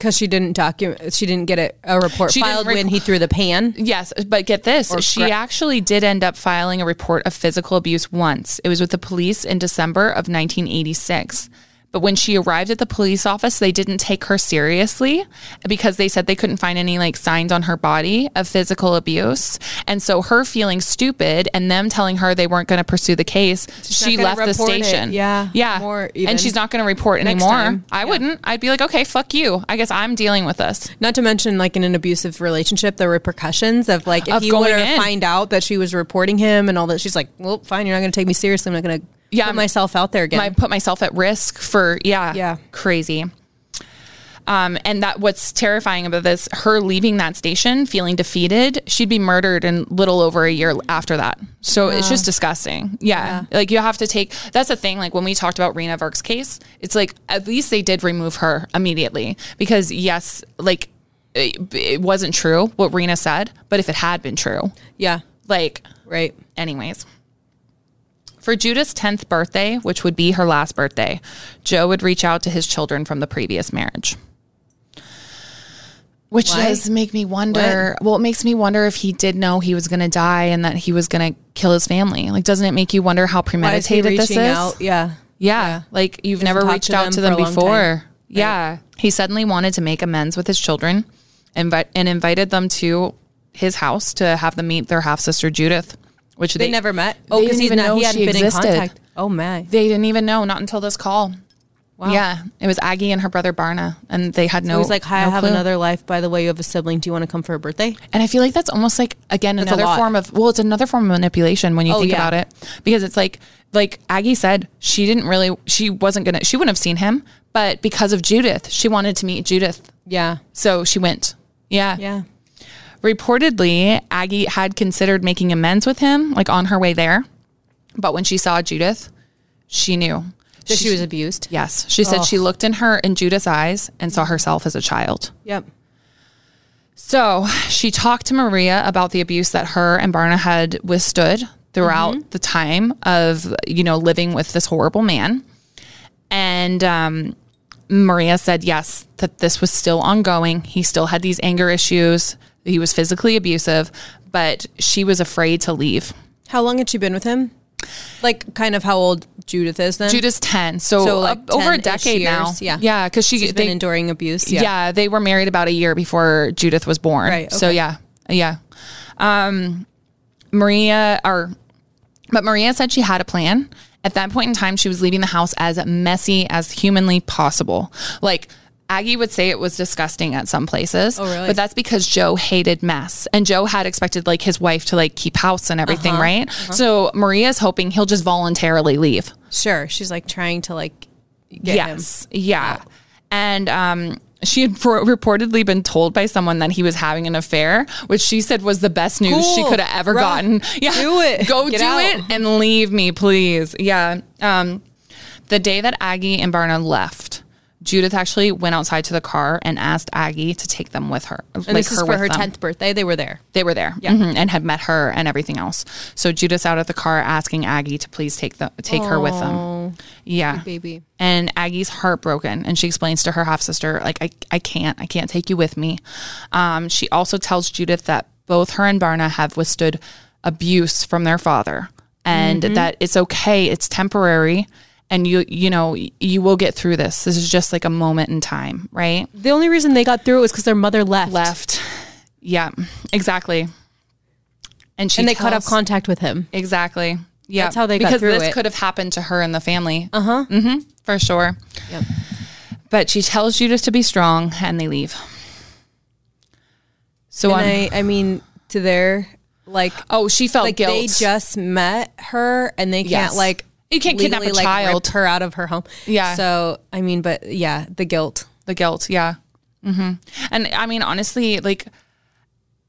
Speaker 2: Cuz she didn't document she didn't get a, a report
Speaker 1: She didn't
Speaker 2: filed
Speaker 1: rep-
Speaker 2: when he threw the pan.
Speaker 1: Yes, but get this. she
Speaker 2: scrap-
Speaker 1: actually did end up filing a report of physical abuse once. It was with the police in December of 1986. But when she arrived at the police office, they didn't take her seriously because they said they couldn't find any like signs on her body of physical abuse. And so her feeling stupid and them telling her they weren't going to pursue the case, she
Speaker 2: gonna
Speaker 1: left the
Speaker 2: report it.
Speaker 1: station.
Speaker 2: Yeah,
Speaker 1: Yeah.
Speaker 2: more even.
Speaker 1: and she's not going to report anymore.
Speaker 2: time.
Speaker 1: I wouldn't. I'd be like, okay, fuck you. I guess I'm dealing with this.
Speaker 2: Not to mention, like in an abusive relationship, the repercussions of like if
Speaker 1: Of
Speaker 2: you were
Speaker 1: going
Speaker 2: to
Speaker 1: in.
Speaker 2: find out that she was reporting him and all that. She's like, well, fine, you're not going to take me seriously. I'm not going to
Speaker 1: Yeah,
Speaker 2: put myself out there again.
Speaker 1: I put myself at risk for yeah,
Speaker 2: Yeah.
Speaker 1: crazy. Um, and that what's terrifying about this, her leaving that station feeling defeated, she'd be murdered in little over a year after that. So it's just disgusting. Yeah. Like you have to take, that's the thing. Like when we talked about Rena Verk's case, it's like, at least they did remove her immediately because yes, like it, it wasn't true what Rena said, but if it had been true,
Speaker 2: yeah,
Speaker 1: like
Speaker 2: right.
Speaker 1: Anyways, for Judah's 10th birthday, which would be her last birthday, Joe would reach out to his children from the previous marriage. Which
Speaker 2: Why?
Speaker 1: does make me wonder. Well, it makes me wonder if he did know he was going to die and that he was going to kill his family. Like, doesn't it make you wonder how
Speaker 2: Why is he
Speaker 1: premeditated this is?
Speaker 2: reaching out? Yeah,
Speaker 1: Yeah. Like you've never
Speaker 2: talked
Speaker 1: reached
Speaker 2: to them
Speaker 1: out to
Speaker 2: for
Speaker 1: them
Speaker 2: a long
Speaker 1: before.
Speaker 2: time.
Speaker 1: Yeah. He suddenly wanted to make amends with his children invi- and invited them to his house to have them meet their half sister Judith, which
Speaker 2: they,
Speaker 1: they,
Speaker 2: never met. Oh,
Speaker 1: they
Speaker 2: because
Speaker 1: didn't
Speaker 2: he
Speaker 1: even
Speaker 2: not
Speaker 1: know
Speaker 2: he hadn't
Speaker 1: she
Speaker 2: been
Speaker 1: existed.
Speaker 2: in contact. Oh my,
Speaker 1: They didn't even know, not until this call. Yeah. It was Aggie and her brother Barna, and they had no.
Speaker 2: he was like, "Hi,
Speaker 1: no
Speaker 2: I have
Speaker 1: clue.
Speaker 2: another life. By the way, you have a sibling. Do you want to come for her birthday?"
Speaker 1: And I feel like that's almost like again
Speaker 2: a
Speaker 1: another
Speaker 2: lot.
Speaker 1: form of well, it's another form of manipulation when you
Speaker 2: Oh,
Speaker 1: think
Speaker 2: yeah.
Speaker 1: about it because it's like like Aggie said she didn't really she wasn't gonna she wouldn't have seen him, but because of Judith she wanted to meet Judith,
Speaker 2: Yeah,
Speaker 1: so she went. Yeah.
Speaker 2: yeah.
Speaker 1: Reportedly, Aggie had considered making amends with him, like on her way there, but when she saw Judith, she knew
Speaker 2: That she was abused.
Speaker 1: Yes, she said she looked in her in Judith's eyes and saw herself as a child.
Speaker 2: Yep.
Speaker 1: So she talked to Maria about the abuse that her and Barna had withstood throughout
Speaker 2: Mm-hmm.
Speaker 1: the time of, you know, living with this horrible man. And um, Maria said, yes, that this was still ongoing. He still had these anger issues. He was physically abusive, but she was afraid to leave.
Speaker 2: How long had she been with him? Like, kind of how old Judith is then?
Speaker 1: Judith's 10. So,
Speaker 2: So, like,
Speaker 1: uh, over a
Speaker 2: 10-ish
Speaker 1: decade now.
Speaker 2: years, yeah.
Speaker 1: Yeah. Because she,
Speaker 2: has
Speaker 1: they-
Speaker 2: been enduring abuse.
Speaker 1: yeah. they were married about a year before Judith was born.
Speaker 2: Right,
Speaker 1: So
Speaker 2: okay.
Speaker 1: yeah, yeah. Um, Maria or but Maria said she had a plan. At that point in time, she was leaving the house as messy as humanly possible. Like Aggie would say it was disgusting at some places. Oh,
Speaker 2: really?
Speaker 1: But that's because Joe hated mess. And Joe had expected like his wife to like keep house and everything,
Speaker 2: Uh-huh.
Speaker 1: right? So Maria's hoping he'll just voluntarily leave.
Speaker 2: Sure. She's like trying to like get
Speaker 1: yes. Yeah. And um, she had for- reportedly been told by someone that he was having an affair, which she said was the best news she
Speaker 2: Cool.
Speaker 1: could have ever
Speaker 2: Run.
Speaker 1: gotten. Yeah.
Speaker 2: Do it.
Speaker 1: Go
Speaker 2: Get
Speaker 1: do
Speaker 2: out.
Speaker 1: it and leave me, please. Yeah. Um, the day that Aggie and Barna left, Judith actually went outside to the car and asked Aggie to take them with her.
Speaker 2: And this is for her tenth birthday. They were there.
Speaker 1: They were there Mhm, and had met her and everything else. So Judith's out at the car asking Aggie to please take the take her with them. Yeah,
Speaker 2: baby.
Speaker 1: And Aggie's heartbroken, and she explains to her half sister, like, I, I can't, I can't take you with me. Um, she also tells Judith that both her and Barna have withstood abuse from their father, and that it's okay, it's temporary, and you you know you will get through this. This is just like a moment in time, right?
Speaker 2: The only reason they got through it was because their mother left,
Speaker 1: Left. Yeah, exactly. And she
Speaker 2: and they cut off
Speaker 1: tells-
Speaker 2: contact with him.
Speaker 1: Exactly. Yeah.
Speaker 2: That's how they got
Speaker 1: because
Speaker 2: through
Speaker 1: this
Speaker 2: it. Uh-huh.
Speaker 1: could have happened to her and the family. Uh huh. hmm For sure.
Speaker 2: Yep.
Speaker 1: But she tells Judas to be strong, and they leave. So on.
Speaker 2: And I, I mean, to their like,
Speaker 1: oh, she felt
Speaker 2: like
Speaker 1: guilt.
Speaker 2: they just met her, and they can't
Speaker 1: Yes.
Speaker 2: like
Speaker 1: You can't kidnap
Speaker 2: legally,
Speaker 1: a
Speaker 2: like,
Speaker 1: child.
Speaker 2: rip her out of her home.
Speaker 1: Yeah.
Speaker 2: So I mean, but yeah, the guilt.
Speaker 1: the guilt yeah hmm and i mean honestly like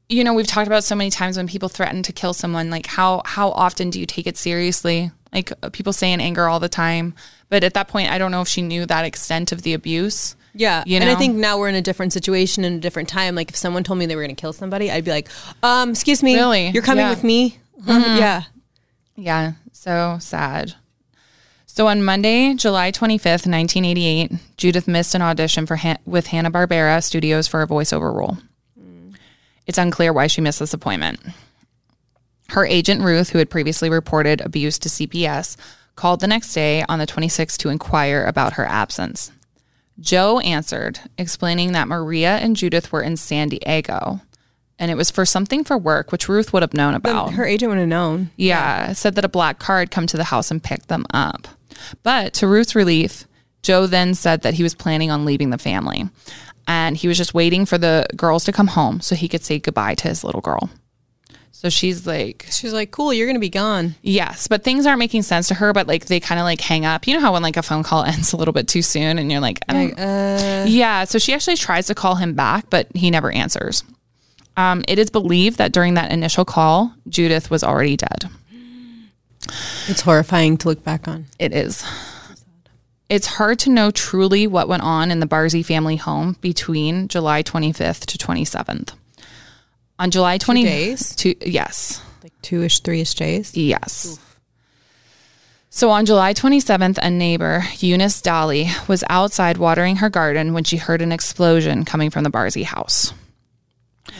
Speaker 1: you know we've talked about so many times when people threaten to kill someone like how how often do you take it seriously like uh, people say in anger all the time but at that point i don't know if she knew that extent of the abuse
Speaker 2: Yeah,
Speaker 1: You
Speaker 2: and I
Speaker 1: know?
Speaker 2: think now we're in a different situation in a different time. Like if someone told me they were going to kill somebody, I'd be like, um, "Excuse me,
Speaker 1: Really?
Speaker 2: you're coming
Speaker 1: Yeah. Mm-hmm.
Speaker 2: with me?" Um, yeah,
Speaker 1: yeah so sad so on Monday, July 25th, 1988, Judith missed an audition for Han- with Hanna-Barbera Studios for a voiceover role. It's unclear why she missed this appointment. Her agent, Ruth, who had previously reported abuse to CPS, called the next day on the 26th to inquire about her absence. Joe answered, explaining that Maria and Judith were in San Diego, and it was for something for work, which Ruth would have known about.
Speaker 2: her agent would have known.
Speaker 1: Yeah, said that a black car had come to the house and picked them up. But to Ruth's relief, Joe then said that he was planning on leaving the family and he was just waiting for the girls to come home so he could say goodbye to his little girl. So she's like,
Speaker 2: She's like, "Cool, you're going to be gone."
Speaker 1: yes, but things aren't making sense to her, but like they kind of like hang up. You know how when like a phone call ends a little bit too soon and you're like, I don't, yeah, so she actually tries to call him back, but he never answers. Um, it is believed that during that initial call, Judith was already dead.
Speaker 2: It's horrifying to look back on.
Speaker 1: It is. It's hard to know truly what went on in the Barzy family home between July 25th to 27th. On July 20th,
Speaker 2: days?
Speaker 1: two- yes,
Speaker 2: Like two ish, three ish days.
Speaker 1: yes. So on July 27th, a neighbor, Eunice Dolly, was outside watering her garden when she heard an explosion coming from the Barzy house.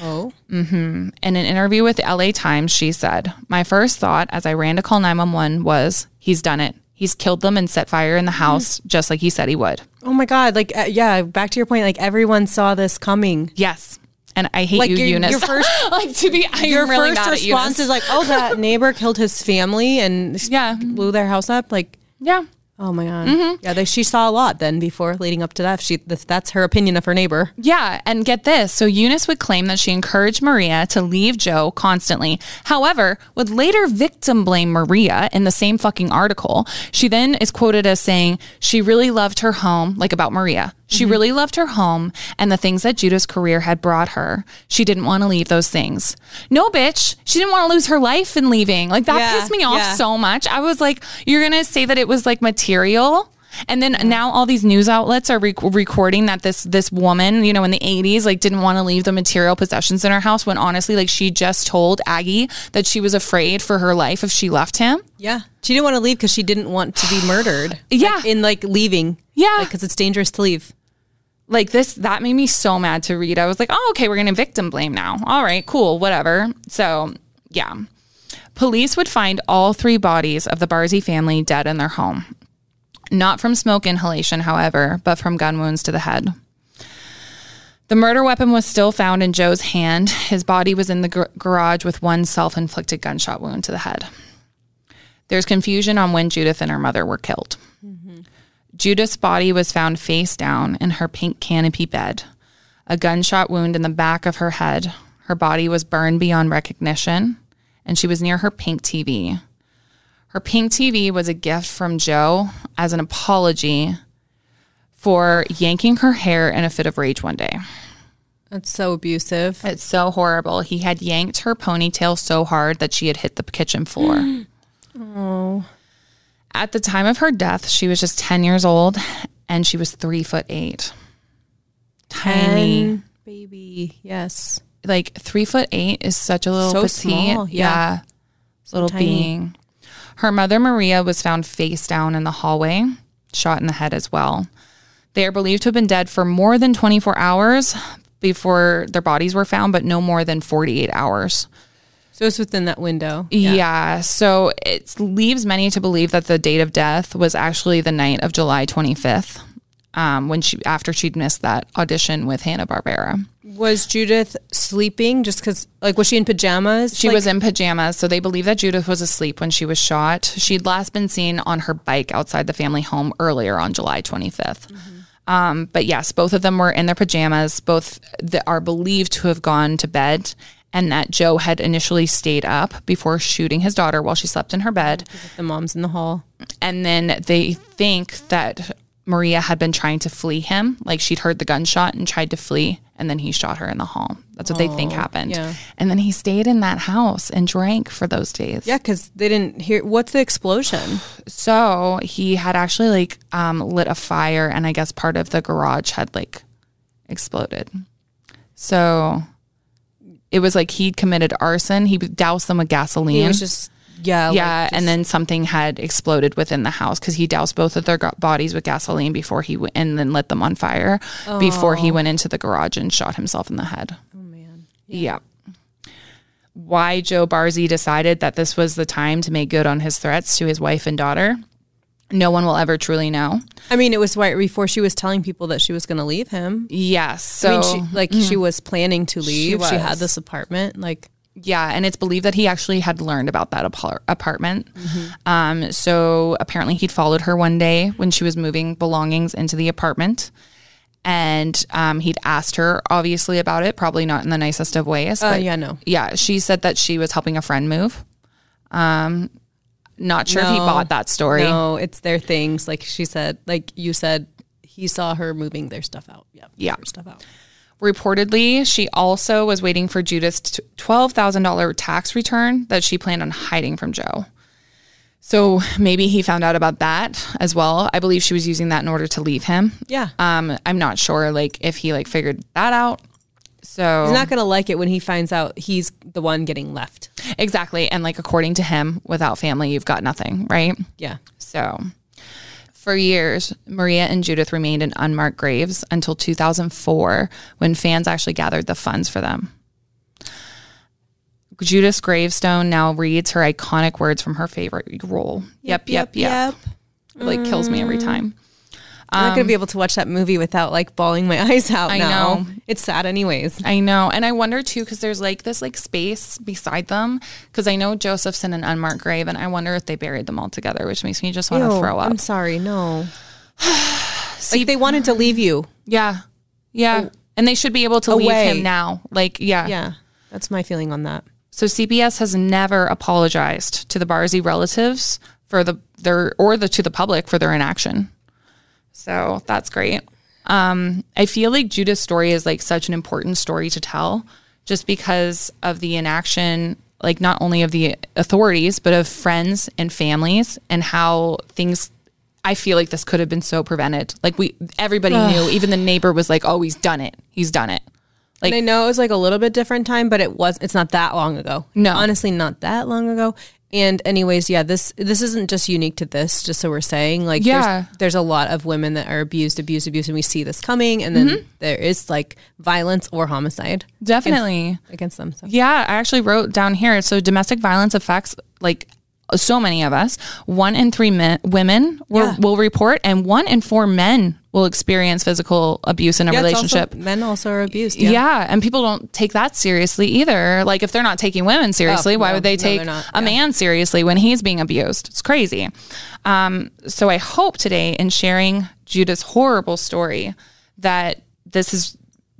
Speaker 2: Oh,
Speaker 1: In an interview with the LA Times, she said, My first thought as I ran to call 911 was, He's done it. He's killed them and set fire in the house just like he said he would.
Speaker 2: oh my God! Like, uh, yeah. Back to your point. Like everyone saw this coming.
Speaker 1: Yes. And I hate
Speaker 2: Like
Speaker 1: you,
Speaker 2: your,
Speaker 1: Eunice.
Speaker 2: your first
Speaker 1: like to be, I'm
Speaker 2: your
Speaker 1: really
Speaker 2: first
Speaker 1: mad at
Speaker 2: response
Speaker 1: Eunice.
Speaker 2: is like, "Oh, that neighbor killed his family and s-
Speaker 1: Yeah.
Speaker 2: blew their house up." Like,
Speaker 1: yeah.
Speaker 2: oh my god, yeah. They, she saw a lot then before leading up to that. She this, that's her opinion of her neighbor.
Speaker 1: Yeah, and get this. So Eunice would claim that she encouraged Maria to leave Joe constantly. However, would later victim blame Maria in the same fucking article. She then is quoted as saying she really loved her home, like about Maria.
Speaker 2: Mm-hmm.
Speaker 1: She really loved her home and the things that Judah's career had brought her. She didn't want to leave those things. No, bitch. She didn't want to lose her life in leaving. Like that
Speaker 2: Yeah,
Speaker 1: pissed me off
Speaker 2: yeah.
Speaker 1: so much. I was like, you're going to say that it was like material? And then now all these news outlets are rec- recording that this this woman, you know, in the 80s like didn't want to leave the material possessions in her house when honestly like she just told Aggie that she was afraid for her life if she left him.
Speaker 2: Yeah, she didn't want to leave because she didn't want to be murdered.
Speaker 1: Yeah.
Speaker 2: Like, in like leaving.
Speaker 1: Yeah.
Speaker 2: because it's dangerous to leave.
Speaker 1: Like this that made me so mad to read. I was like, "Oh, okay, we're going to victim blame now." All right, cool, whatever. So, yeah. Police would find all three bodies of the Barzy family dead in their home. Not from smoke inhalation, however, but from gun wounds to the head. The murder weapon was still found in Joe's hand. His body was in the gar- garage with one self inflicted gunshot wound to the head. There's confusion on when Judith and her mother were killed. Judith's body was found face down in her pink canopy bed, a gunshot wound in the back of her head. Her body was burned beyond recognition, and she was near her pink TV. Her pink TV was a gift from Joe as an apology for yanking her hair in a fit of rage one day.
Speaker 2: That's so abusive.
Speaker 1: It's so horrible. He had yanked her ponytail so hard that she had hit the kitchen floor. oh.
Speaker 2: Oh.
Speaker 1: At the time of her death, she was just 10 years old and she was three foot eight. Tiny.
Speaker 2: And baby, yes.
Speaker 1: Like three foot eight is such a little
Speaker 2: So
Speaker 1: petite.
Speaker 2: small, yeah.
Speaker 1: little
Speaker 2: tiny.
Speaker 1: being. Her mother, Maria, was found face down in the hallway, shot in the head as well. They are believed to have been dead for more than 24 hours before their bodies were found, but no more than 48 hours.
Speaker 2: So it's within that window.
Speaker 1: Yeah. so it leaves many to believe that the date of death was actually the night of July 25th, um, when she after she'd missed that audition with Hanna Barbera.
Speaker 2: Was Judith sleeping just because, like, was she in pajamas?
Speaker 1: She was in pajamas, so they believe that Judith was asleep when she was shot. She'd last been seen on her bike outside the family home earlier on July 25th. Um, but yes, both of them were in their pajamas. Both that are believed to have gone to bed, and that Joe had initially stayed up before shooting his daughter while she slept in her bed.
Speaker 2: the mom's in the hall.
Speaker 1: And then they think that Maria had been trying to flee him. Like she'd heard the gunshot and tried to flee. And then he shot her in the hall. That's what they think happened.
Speaker 2: Oh, yeah.
Speaker 1: And then he stayed in that house and drank for those days.
Speaker 2: Yeah, because they didn't hear. What's the explosion?
Speaker 1: So he had actually like um, lit a fire. And I guess part of the garage had like exploded. So it was like he'd committed arson. He doused them with gasoline.
Speaker 2: It was just Mm-hmm. yeah, like,
Speaker 1: Yeah, and then something had exploded within the house because he doused both of their go- bodies with gasoline before he w- and then lit them on fire before he went into the garage and shot himself in the head. Oh man. Yeah. Why Joe Barzi decided that this was the time to make good on his threats to his wife and daughter, no one will ever truly know.
Speaker 2: I mean, it was right before she was telling people that she was going to leave him.
Speaker 1: Yes. So mm.
Speaker 2: I mean, she, like she was planning to leave. She, had
Speaker 1: was.
Speaker 2: this apartment. Like
Speaker 1: Yeah, and it's believed that he actually had learned about that apar- apartment.
Speaker 2: Mm-hmm.
Speaker 1: Um, so apparently, he'd followed her one day when she was moving belongings into the apartment, and um, he'd asked her obviously about it, probably not in the nicest of ways.
Speaker 2: uh,
Speaker 1: but
Speaker 2: yeah, no.
Speaker 1: yeah, she said that she was helping a friend move. Um, not sure if he
Speaker 2: No.
Speaker 1: bought that story.
Speaker 2: No, it's their things. Like she said, like you said, he saw her moving their stuff out. Yeah,
Speaker 1: Yeah.
Speaker 2: their stuff out.
Speaker 1: Reportedly, she also was waiting for Judith's t- $12,000 tax return that she planned on hiding from Joe. So maybe he found out about that as well. I believe she was using that in order to leave him.
Speaker 2: Yeah,
Speaker 1: Um, I'm not sure like if he like figured that out. So
Speaker 2: he's not gonna like it when he finds out he's the one getting left.
Speaker 1: exactly, and like according to him, without family, you've got nothing, right?
Speaker 2: Yeah,
Speaker 1: So, for years, Maria and Judith remained in unmarked graves until 2004 when fans actually gathered the funds for them. Judith's gravestone now reads her iconic words from her favorite role. Yep, yep, yep. Mm. It, like kills me every time.
Speaker 2: I'm not gonna be able to watch that movie without like bawling my eyes out.
Speaker 1: I
Speaker 2: now.
Speaker 1: know.
Speaker 2: it's sad, anyways.
Speaker 1: I know. And I wonder too, because there's like this like space beside them. Because I know Joseph's in an unmarked grave, and I wonder if they buried them all together, which makes me just want to
Speaker 2: Ew,
Speaker 1: throw up.
Speaker 2: I'm sorry, no. like they wanted to leave you.
Speaker 1: Yeah. Yeah. and they should be able to
Speaker 2: Away.
Speaker 1: leave him now. Like, yeah.
Speaker 2: Yeah, that's my feeling on that.
Speaker 1: So CBS has never apologized to the Barzi relatives for the their or the to the public for their inaction. So that's great. Um, I feel like Judah's story is like such an important story to tell just because of the inaction, like not only of the authorities, but of friends and families and how things I feel like this could have been so prevented. Like we everybody knew, even the neighbor was like, Oh, he's done it. He's done it.
Speaker 2: And I know it was like a little bit different time, but it was it's not that long ago.
Speaker 1: No.
Speaker 2: Honestly, not that long ago. And anyways, yeah, this this isn't just unique to this, just so we're saying. Like
Speaker 1: Yeah.
Speaker 2: there's there's a lot of women that are abused, abused, abused, and we see this coming and then there is like violence or homicide
Speaker 1: Definitely.
Speaker 2: against them. So
Speaker 1: Yeah, I actually wrote down here. So domestic violence affects like so many of us. One in three men, women will,
Speaker 2: Yeah.
Speaker 1: will report, and one in four men will experience physical abuse in a
Speaker 2: Yeah, it's also-
Speaker 1: relationship.
Speaker 2: men also are abused.
Speaker 1: yeah.
Speaker 2: Yeah.
Speaker 1: and people don't take that seriously either. Like if they're not taking women seriously, why
Speaker 2: Oh, no,
Speaker 1: would they
Speaker 2: no, they're
Speaker 1: take
Speaker 2: not.
Speaker 1: a
Speaker 2: Yeah.
Speaker 1: man seriously when he's being abused? It's crazy. Um, so I hope today in sharing Judah's horrible story that this has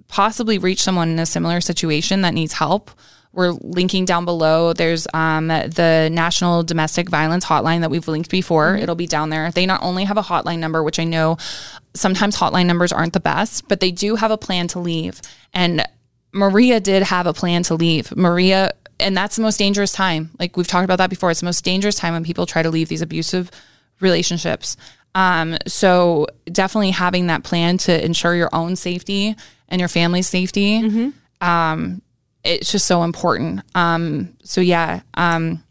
Speaker 1: possibly reached someone in a similar situation that needs help. We're linking down below. There's um, the National Domestic Violence Hotline that we've linked before. It'll be down there. They not only have a hotline number, which I know sometimes hotline numbers aren't the best, but they do have a plan to leave. And Maria did have a plan to leave. Maria, and that's the most dangerous time. Like we've talked about that before. It's the most dangerous time when people try to leave these abusive relationships. Um, so definitely having that plan to ensure your own safety and your family's safety. Um, it's just so important. Um, so yeah, um,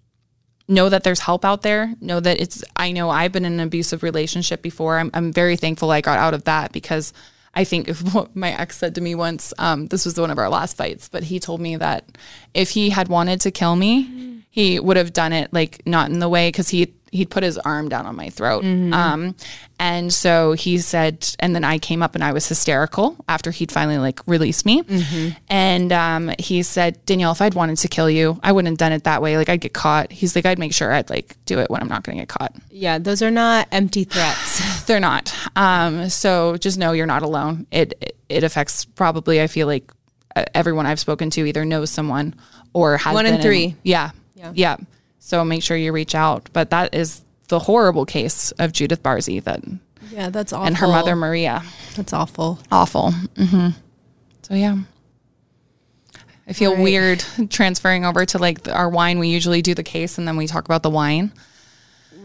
Speaker 1: know that there's help out there. Know that it's, I know I've been in an abusive relationship before. I'm, I'm very thankful I got out of that because I think of what my ex said to me once. Um, this was one of our last fights, but he told me that if he had wanted to kill me, he would have done it like not in the way because he he'd put his arm down on my throat. Um, and so he said, and then I came up and I was hysterical after he'd finally like released me. And um, he said, Danielle, if I'd wanted to kill you, I wouldn't have done it that way. Like I'd get caught. He's like, I'd make sure I'd like do it when I'm not going to get caught.
Speaker 2: Yeah, those are not empty threats.
Speaker 1: They're not. Um, so just know you're not alone. It it affects probably. I feel like uh, everyone I've spoken to either knows someone or has
Speaker 2: One in
Speaker 1: been
Speaker 2: three.
Speaker 1: yeah, yeah, So make sure you reach out. But that is the horrible case of Judith Barzee that
Speaker 2: yeah, that's awful.
Speaker 1: and her mother Maria.
Speaker 2: That's awful.
Speaker 1: Awful. hmm So yeah. I feel weird transferring over to like the- our wine. We usually do the case and then we talk about the wine.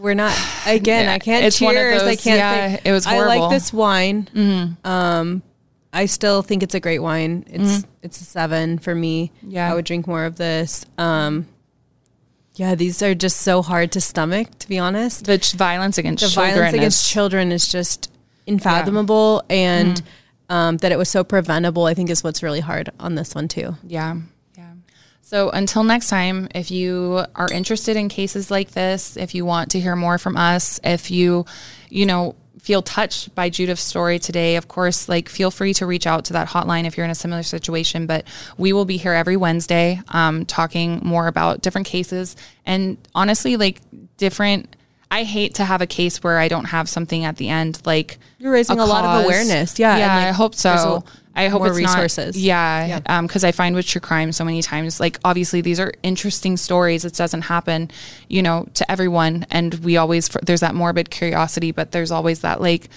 Speaker 2: We're not again.
Speaker 1: Yeah,
Speaker 2: I can't
Speaker 1: it's
Speaker 2: cheers.
Speaker 1: one of
Speaker 2: I
Speaker 1: those-
Speaker 2: can't.
Speaker 1: yeah,
Speaker 2: say-
Speaker 1: it was
Speaker 2: I
Speaker 1: horrible. Mm-hmm.
Speaker 2: like this wine. Um, I still think it's a great wine. It's it's a seven for me.
Speaker 1: Mm-hmm. Yeah.
Speaker 2: I would drink more of this. Um, yeah, these are just so hard to stomach. To be honest,
Speaker 1: The ch- violence against
Speaker 2: the
Speaker 1: children
Speaker 2: violence
Speaker 1: is
Speaker 2: against children is just unfathomable, and
Speaker 1: Mm-hmm.
Speaker 2: um, that it was so preventable. I think is what's really hard on this one too.
Speaker 1: Yeah. Yeah. So until next time, if you are interested in cases like this, if you want to hear more from us, if you, you know, feel touched by Judith's story today, of course, like feel free to reach out to that hotline if you're in a similar situation. But we will be here every Wednesday um, talking more about different cases and honestly, like different. I hate to have a case where I don't have something at the end, like
Speaker 2: You're raising a lot of awareness. Yeah, and,
Speaker 1: yeah.
Speaker 2: like,
Speaker 1: I hope
Speaker 2: there's a-
Speaker 1: so. I hope
Speaker 2: more
Speaker 1: it's not-
Speaker 2: resources.
Speaker 1: yeah, because I find with true crime so many times, like obviously these are interesting stories. It doesn't happen, you know, to everyone, and we always there's that morbid curiosity, but there's always that like,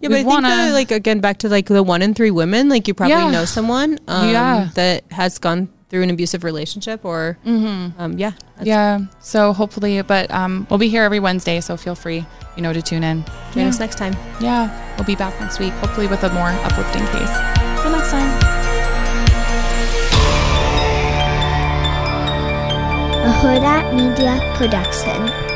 Speaker 2: Yeah, but I think that, like again back to like the one in three women, like you probably
Speaker 1: Yeah.
Speaker 2: know someone um,
Speaker 1: Yeah.
Speaker 2: that has gone through an abusive relationship or
Speaker 1: Mm-hmm.
Speaker 2: um, yeah. That's-
Speaker 1: yeah. So hopefully, but um, we'll be here every Wednesday, so feel free, you know, to tune in.
Speaker 2: Join us next time.
Speaker 1: Yeah, we'll be back next week, hopefully with a more uplifting case. Till next time.
Speaker 3: a Huda Media production.